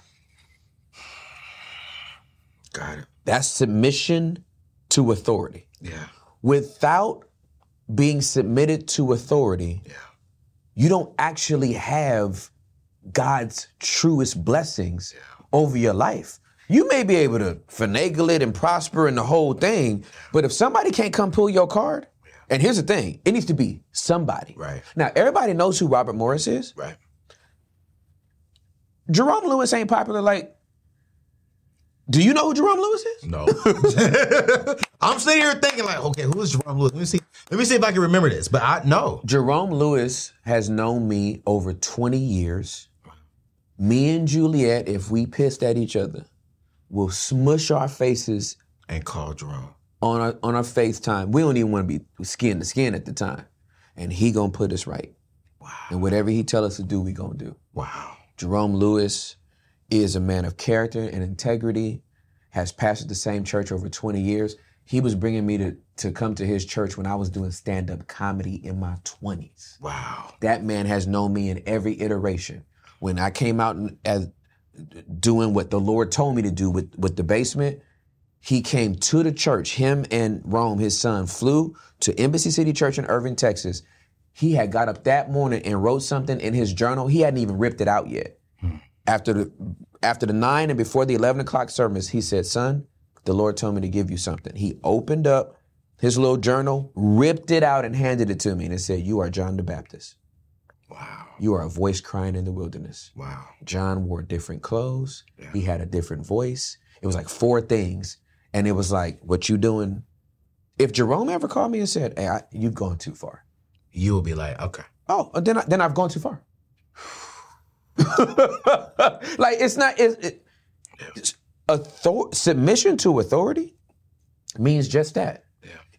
S2: Got it.
S1: That's submission to authority.
S2: Yeah.
S1: Without being submitted to authority, you don't actually have God's truest blessings over your life. You may be able to finagle it and prosper and the whole thing, but if somebody can't come pull your card, and here's the thing, it needs to be somebody.
S2: Right.
S1: Now, everybody knows who Robert Morris is.
S2: Right.
S1: Jerome Lewis ain't popular like do you know who Jerome Lewis is?
S2: No. I'm sitting here thinking like, okay, who is Jerome Lewis? Let me see. Let me see if I can remember this. But I no.
S1: Jerome Lewis has known me over 20 years. Me and Juliet, if we pissed at each other, will smush our faces
S2: And call Jerome.
S1: on our on our FaceTime. We don't even want to be skin to skin at the time. And he gonna put us right. And whatever he tell us to do, we gonna do.
S2: Wow.
S1: Jerome Lewis is a man of character and integrity, has pastored the same church over 20 years. He was bringing me to, to come to his church when I was doing stand up comedy in my 20s
S2: Wow.
S1: that man has known me in every iteration. When I came out and- as doing what the Lord told me to do with, with the basement, he came to the church. Him and Rome, his son, flew to Embassy City Church in Irving, Texas. He had got up that morning and wrote something in his journal. He hadn't even ripped it out yet. After the after the nine and before the eleven o'clock service, he said, "Son, the Lord told me to give you something." He opened up his little journal, ripped it out, and handed it to me, and it said, "You are John the Baptist."
S2: Wow.
S1: You are a voice crying in the wilderness.
S2: Wow.
S1: John wore different clothes. He had a different voice. It was like four things. And it was like, what you doing? If Jerome ever called me and said, hey, I, you've gone too far.
S2: you will be like, okay.
S1: Oh, then I, then I've gone too far. like it's not it's, it, it's author, submission to authority means just that.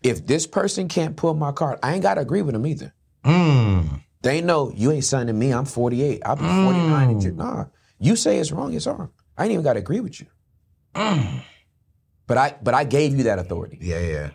S1: If this person can't pull my card, I ain't gotta agree with them either.
S2: Mm.
S1: They know you ain't signing me. I'm 48. I'll be 49 in June. Nah, you say it's wrong. It's wrong. I ain't even gotta agree with you.
S2: Mm.
S1: But I but I gave you that authority.
S2: Yeah, yeah,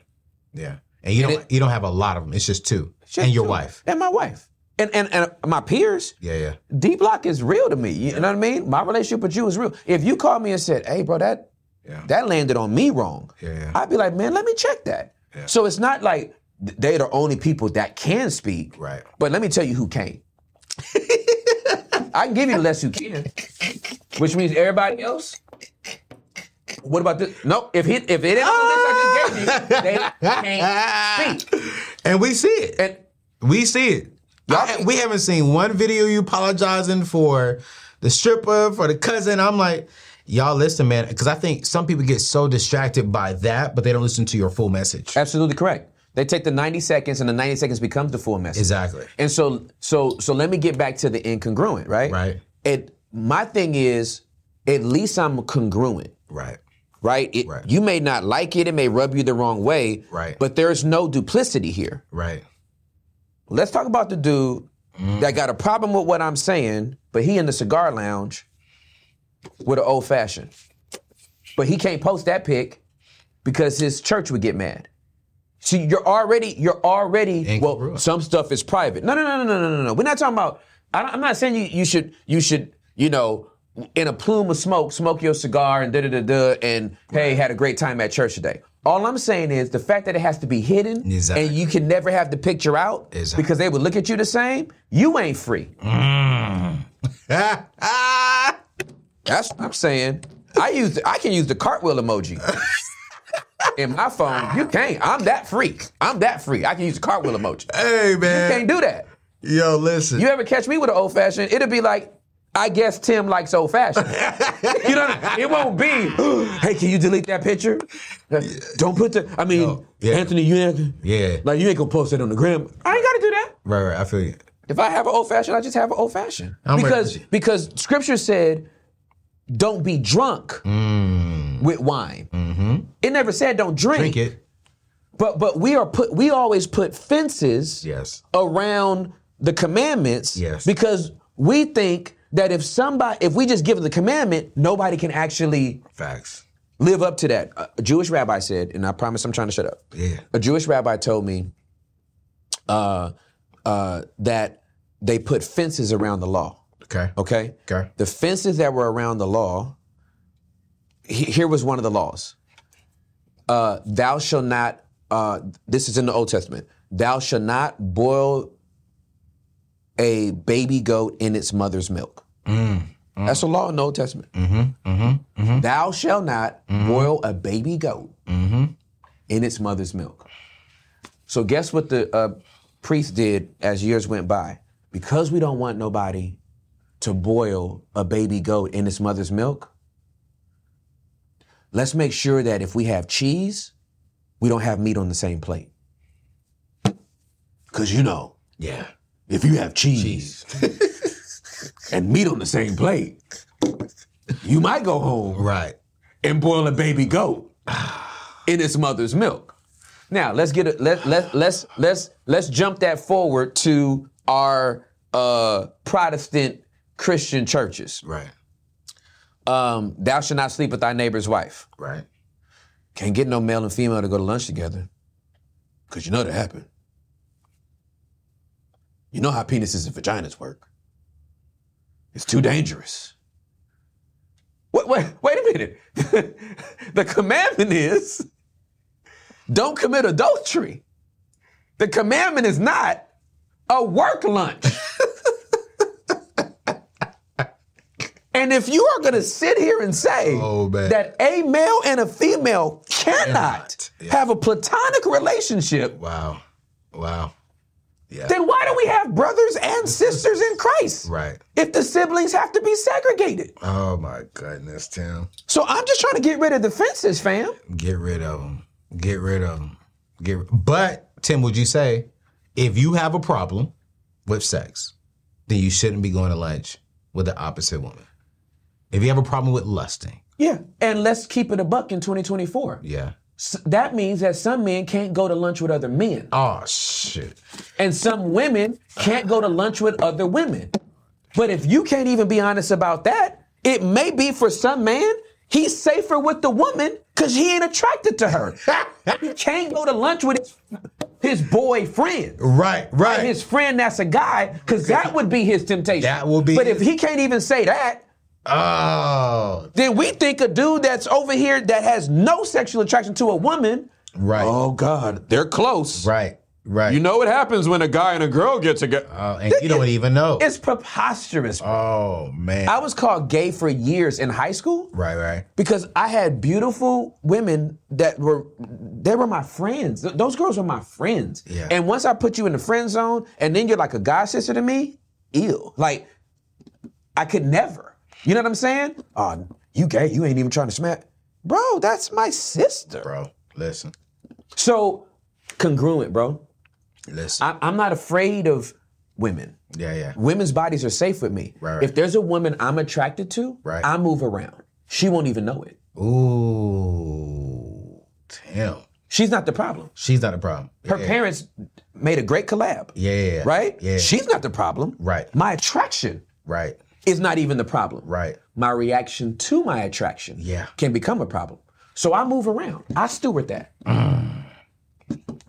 S2: yeah. And you
S1: And
S2: don't you don't have a lot of them. It's just two
S1: Shit,
S2: and your
S1: too.
S2: wife.
S1: and my wife and and, and my peers.
S2: Yeah, yeah.
S1: D Block is real to me. You know what I mean? My relationship with you is real. If you called me and said, "Hey, bro, that
S2: Yeah.
S1: that landed on me wrong,"
S2: Yeah, yeah.
S1: I'd be like, "Man, let me check that." So it's not like th- they're the only people that can speak,
S2: Right.
S1: But let me tell you who can't. I can give you the less who can, which means everybody else. What about this? No, if he, if it ain't on the list I just gave you, they can't speak.
S2: And we see it.
S1: And
S2: We see it. I- we haven't seen one video you apologizing for the stripper, for the cousin. I'm like, y'all listen, man, because I think some people get so distracted by that, but they don't listen to your full message.
S1: absolutely correct. They take the ninety seconds, and the ninety seconds becomes the full message.
S2: Exactly.
S1: And so so so let me get back to the incongruent, right?
S2: Right.
S1: It my thing is at least I'm congruent,
S2: Right.
S1: right? It-
S2: Right.
S1: You may not like it, it may rub you the wrong way,
S2: Right.
S1: but there's no duplicity here.
S2: Right.
S1: Let's talk about the dude that got a problem with what I'm saying, but he in the cigar lounge with an old fashioned. But he can't post that pic because his church would get mad. See, you're already, you're already. Well,
S2: Incongruent.
S1: some stuff is private. No, no, no, no, no, no, no, no. We're not talking about. I, don't- I'm not saying you, you should, you should, you know, in a plume of smoke, smoke your cigar and da da da da, and hey, had a great time at church today. All I'm saying is the fact that it has to be hidden
S2: Exactly.
S1: and you can never have the picture out
S2: Exactly.
S1: because they would look at you the same. You ain't free.
S2: Ah, ah.
S1: That's what I'm saying. I use I can use the cartwheel emoji in my phone. You can't. I'm that free. I'm that free. I can use the cartwheel emoji.
S2: Hey,
S1: You
S2: man.
S1: can't do that.
S2: Yo, listen.
S1: You ever catch me with an old fashioned? It'll be like, I guess Tim likes old fashioned. you know, what I mean? it won't be. hey, can you delete that picture? Uh, Don't put the. I mean,
S2: Yeah.
S1: Anthony, you ain't,
S2: yeah.
S1: like you ain't gonna post it on the gram. I ain't gotta do that.
S2: Right, right. I feel you.
S1: If I have an old fashioned, I just have an old fashioned.
S2: I'm with
S1: Because
S2: you.
S1: because scripture said, don't be drunk with wine. It never said don't drink.
S2: Mm. Mm-hmm. Drink it.
S1: But but we are put we always put fences
S2: Yes.
S1: around the commandments
S2: Yes.
S1: because we think that if somebody if we just give the commandment, nobody can actually
S2: Facts.
S1: live up to that. A Jewish rabbi said, and I promise I'm trying to shut up.
S2: Yeah.
S1: A Jewish rabbi told me uh, uh, that they put fences around the law.
S2: Okay.
S1: Okay.
S2: Okay.
S1: The fences that were around the law. he- here was one of the laws. Uh, thou shall not. Uh, this is in the Old Testament. Thou shall not boil a baby goat in its mother's milk. That's a law in the Old Testament. Thou shall not boil a baby goat in its mother's milk. So guess what the uh, priest did as years went by? Because we don't want nobody to boil a baby goat in its mother's milk, let's make sure that if we have cheese, we don't have meat on the same plate. Cause you know,
S2: Yeah.
S1: if you have cheese, and meat on the same plate, you might go home
S2: Right.
S1: and boil a baby goat in its mother's milk. Now let's get a, let let let's let's let's jump that forward to our uh, Protestant Christian churches.
S2: Right.
S1: Um, Thou shalt not sleep with thy neighbor's wife.
S2: Right.
S1: Can't get no male and female to go to lunch together, cause you know that happened. You know how penises and vaginas work. It's too dangerous. Wait, wait, wait a minute. the commandment is don't commit adultery. The commandment is not a work lunch. and if you are going to sit here and say
S2: Oh, man.
S1: that a male and a female cannot
S2: Cannot, yeah.
S1: have a platonic relationship,
S2: Wow. Wow.
S1: then why do we have brothers and sisters in Christ?
S2: Right.
S1: If the siblings have to be segregated.
S2: Oh my goodness, Tim.
S1: So I'm just trying to get rid of the fences, fam.
S2: Get rid of them. Get rid of them. Get. But Tim, would you say If you have a problem with sex, then you shouldn't be going to lunch with the opposite woman. If you have a problem with lusting,
S1: Yeah, and let's keep it a buck in 2024.
S2: yeah.
S1: S- that means that some men can't go to lunch with other men,
S2: Oh shit.
S1: and some women can't go to lunch with other women. But if you can't even be honest about that, it may be for some man he's safer with the woman because he ain't attracted to her. he can't go to lunch with his, his boyfriend.
S2: Right, right.
S1: His friend that's a guy, because that would be his temptation.
S2: That would be
S1: But if
S2: his-
S1: he can't even say that,
S2: oh,
S1: then we think a dude that's over here that has no sexual attraction to a woman.
S2: right,
S1: Oh God, they're close.
S2: right, right.
S1: You know what happens when a guy and a girl get together.
S2: Oh, and you don't even know.
S1: It's preposterous. bro.
S2: Oh man.
S1: I was called gay for years in high school
S2: right, right.
S1: because I had beautiful women that were they were my friends. Th- Those girls were my friends.
S2: Yeah.
S1: And once I put you in the friend zone, and then you're like a god sister to me, ew. Like I could never. You know what I'm saying? Oh, you gay? You ain't even trying to smack, bro. That's my sister.
S2: Bro, listen.
S1: So congruent, bro.
S2: Listen.
S1: I, I'm not afraid of women.
S2: yeah, yeah.
S1: Women's bodies are safe with me.
S2: Right.
S1: If there's a woman I'm attracted to,
S2: Right.
S1: I move around. She won't even know it.
S2: Ooh. Damn.
S1: She's not the problem.
S2: She's not a problem.
S1: Her parents made a great collab.
S2: Yeah, yeah, yeah.
S1: Right?
S2: Yeah.
S1: She's not the problem.
S2: Right.
S1: My attraction
S2: Right.
S1: is not even the problem.
S2: Right.
S1: My reaction to my attraction
S2: Yeah.
S1: can become a problem. So I move around. I steward that.
S2: Mm.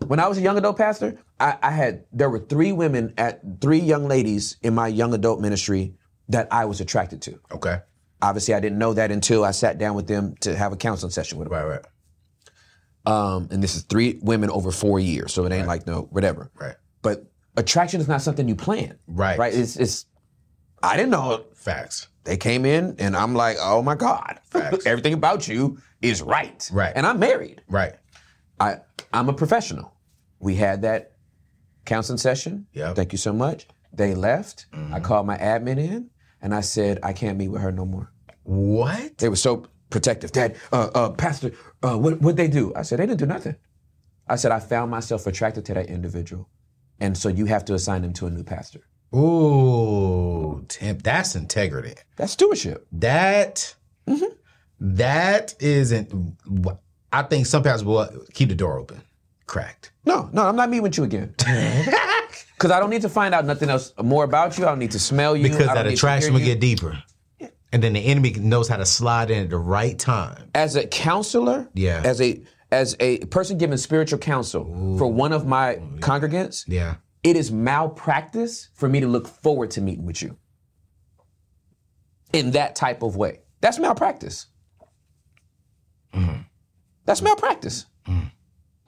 S1: When I was a young adult pastor, I, I had there were three women at three young ladies in my young adult ministry that I was attracted to.
S2: Okay.
S1: Obviously, I didn't know that until I sat down with them to have a counseling session with them.
S2: Right, right.
S1: Um, and this is three women over four years, so it ain't like no whatever.
S2: Right.
S1: But attraction is not something you plan.
S2: Right.
S1: Right. It's it's. I didn't know. it.
S2: Facts.
S1: They came in, and I'm like, oh my god,
S2: Facts.
S1: everything about you is right.
S2: Right.
S1: And I'm married.
S2: Right.
S1: I I'm a professional. We had that counseling session.
S2: Yep. Mm-hmm.
S1: Thank you so much. They left. I called my admin in, and I said I can't meet with her no more.
S2: What?
S1: They were so protective. Dad, uh, uh, Pastor, uh, what what they do? I said they didn't do nothing. I said I found myself attracted to that individual, and so you have to assign them to a new pastor.
S2: Ooh. Tim, that's integrity.
S1: That's stewardship.
S2: That
S1: Mm-hmm.
S2: that isn't I think sometimes we'll keep the door open. Cracked.
S1: No, no, I'm not meeting with you again. Because I don't need to find out nothing else more about you. I don't need to smell you. I
S2: Because
S1: don't
S2: that
S1: need to
S2: attraction
S1: hear
S2: will
S1: you.
S2: get deeper. And then the enemy knows how to slide in at the right time.
S1: as a counselor,
S2: Yeah.
S1: as a as a person giving spiritual counsel for one of my
S2: Oh,
S1: congregants,
S2: Yeah.
S1: it is malpractice for me to look forward to meeting with you in that type of way. That's malpractice.
S2: Mm-hmm.
S1: That's malpractice.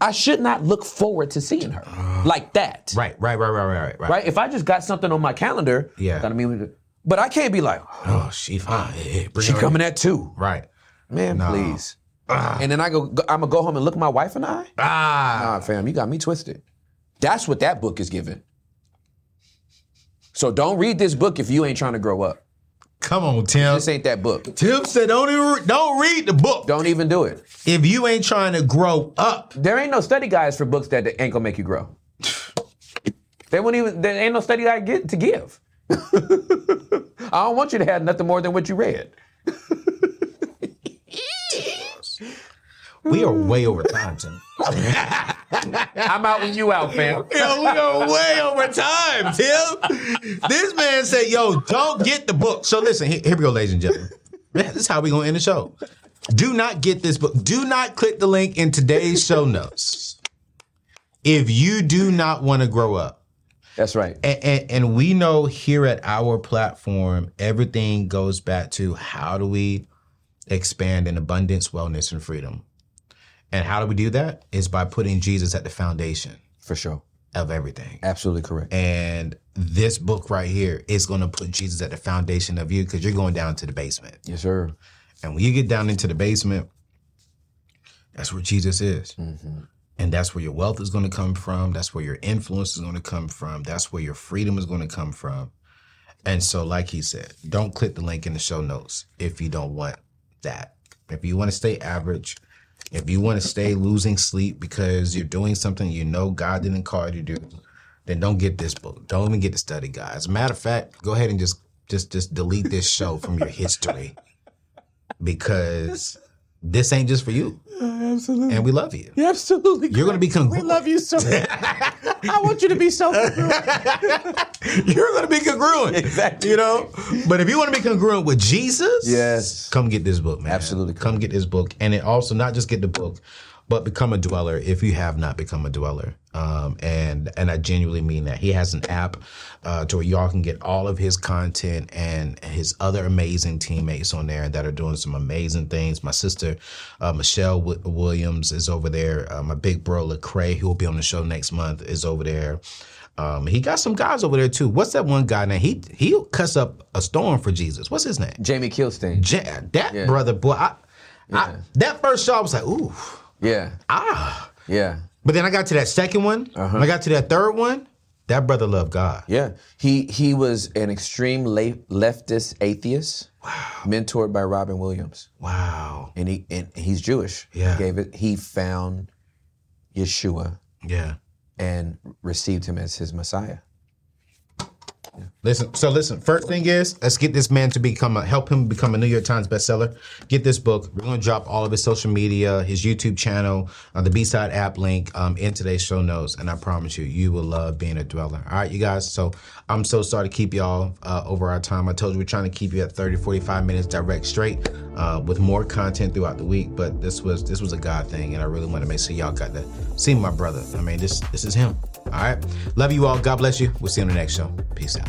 S1: I should not look forward to seeing her like that.
S2: Uh, Right, right, right, right, right, right, right.
S1: Right? If I just got something on my calendar,
S2: Yeah.
S1: gotta meet with her. but I can't be like,
S2: Oh, she fine. Yeah, yeah, bring
S1: she
S2: her
S1: coming at two.
S2: in. Right.
S1: Man, please. And then I go, I'm gonna go home and look my wife in the eye.
S2: Ah.
S1: Nah, fam, you got me twisted. That's what that book is giving. So don't read this book if you ain't trying to grow up.
S2: Come on, Tim.
S1: This ain't that book.
S2: Tim said, "Don't even, don't read the book
S1: Don't even do it.
S2: if you ain't trying to grow up."
S1: There ain't no study guides for books that ain't gonna make you grow. They won't even. There ain't no study guide get, to give. I don't want you to have nothing more than what you read.
S2: We are way over time, Tim.
S1: I'm out when you out, fam.
S2: Yo, we are way over time, Tim. This man said, "Yo, don't get the book." So listen, here, here we go, ladies and gentlemen. This is how we gonna end the show. Do not get this book. Do not click the link in today's show notes if you do not want to grow up.
S1: That's right.
S2: and, and, and we know here at our platform, everything goes back to how do we expand in abundance, wellness, and freedom. And how do we do that? Is by putting Jesus at the foundation
S1: For sure.
S2: of everything.
S1: Absolutely correct.
S2: And this book right here is going to put Jesus at the foundation of you because you're going down to the basement.
S1: Yes, sir.
S2: And when you get down into the basement, that's where Jesus is. And that's where your wealth is going to come from. That's where your influence is going to come from. That's where your freedom is going to come from. And so, like he said, don't click the link in the show notes if you don't want that. If you want to stay average, if you want to stay losing sleep because you're doing something you know God didn't call you to do, then don't get this book. Don't even get the study guide. As a matter of fact, go ahead and just just just delete this show from your history because this ain't just for you. Absolutely. And we love you.
S5: You're absolutely.
S2: You're going to be
S5: We
S2: congruent.
S5: love you so. I want you to be so.
S2: You're going to be congruent.
S5: Exactly.
S2: You know? But if you want to be congruent with Jesus,
S1: Yes.
S2: come get this book, man.
S1: Absolutely.
S2: Come get this book. And it also, not just get the book, but become a dweller if you have not become a dweller. Um, and and I genuinely mean that. He has an app uh, to where y'all can get all of his content and his other amazing teammates on there that are doing some amazing things. My sister, uh, Michelle w- Williams, is over there. Uh, my big bro, Lecrae, who will be on the show next month, is over there. Um, he got some guys over there too. What's that one guy name? He he'll cuss up a storm for Jesus. What's his name?
S1: Jamie Kilstein.
S2: Ja- that brother boy. I, I, that first shot I was like, ooh,
S1: Yeah.
S2: ah.
S1: Yeah.
S2: But then I got to that second one. When I got to that third one. That brother loved God.
S1: Yeah, he he was an extreme le- leftist atheist, mentored by Robin Williams,
S2: Wow.
S1: and he and he's Jewish.
S2: Yeah.
S1: he gave it. He found Yeshua
S2: Yeah.
S1: and received him as his Messiah.
S2: Listen, so listen, first thing is, let's get this man to become a, help him become a New York Times bestseller. Get this book. We're going to drop all of his social media, his YouTube channel, uh, the B-Side app link um, in today's show notes. And I promise you, you will love being a dweller. All right, you guys. So I'm so sorry to keep y'all uh, over our time. I told you we're trying to keep you at 30, 45 minutes direct straight uh, with more content throughout the week. But this was this was a God thing. And I really want to make sure y'all got to see my brother. I mean, this this is him. All right. Love you all. God bless you. We'll see you on the next show. Peace out.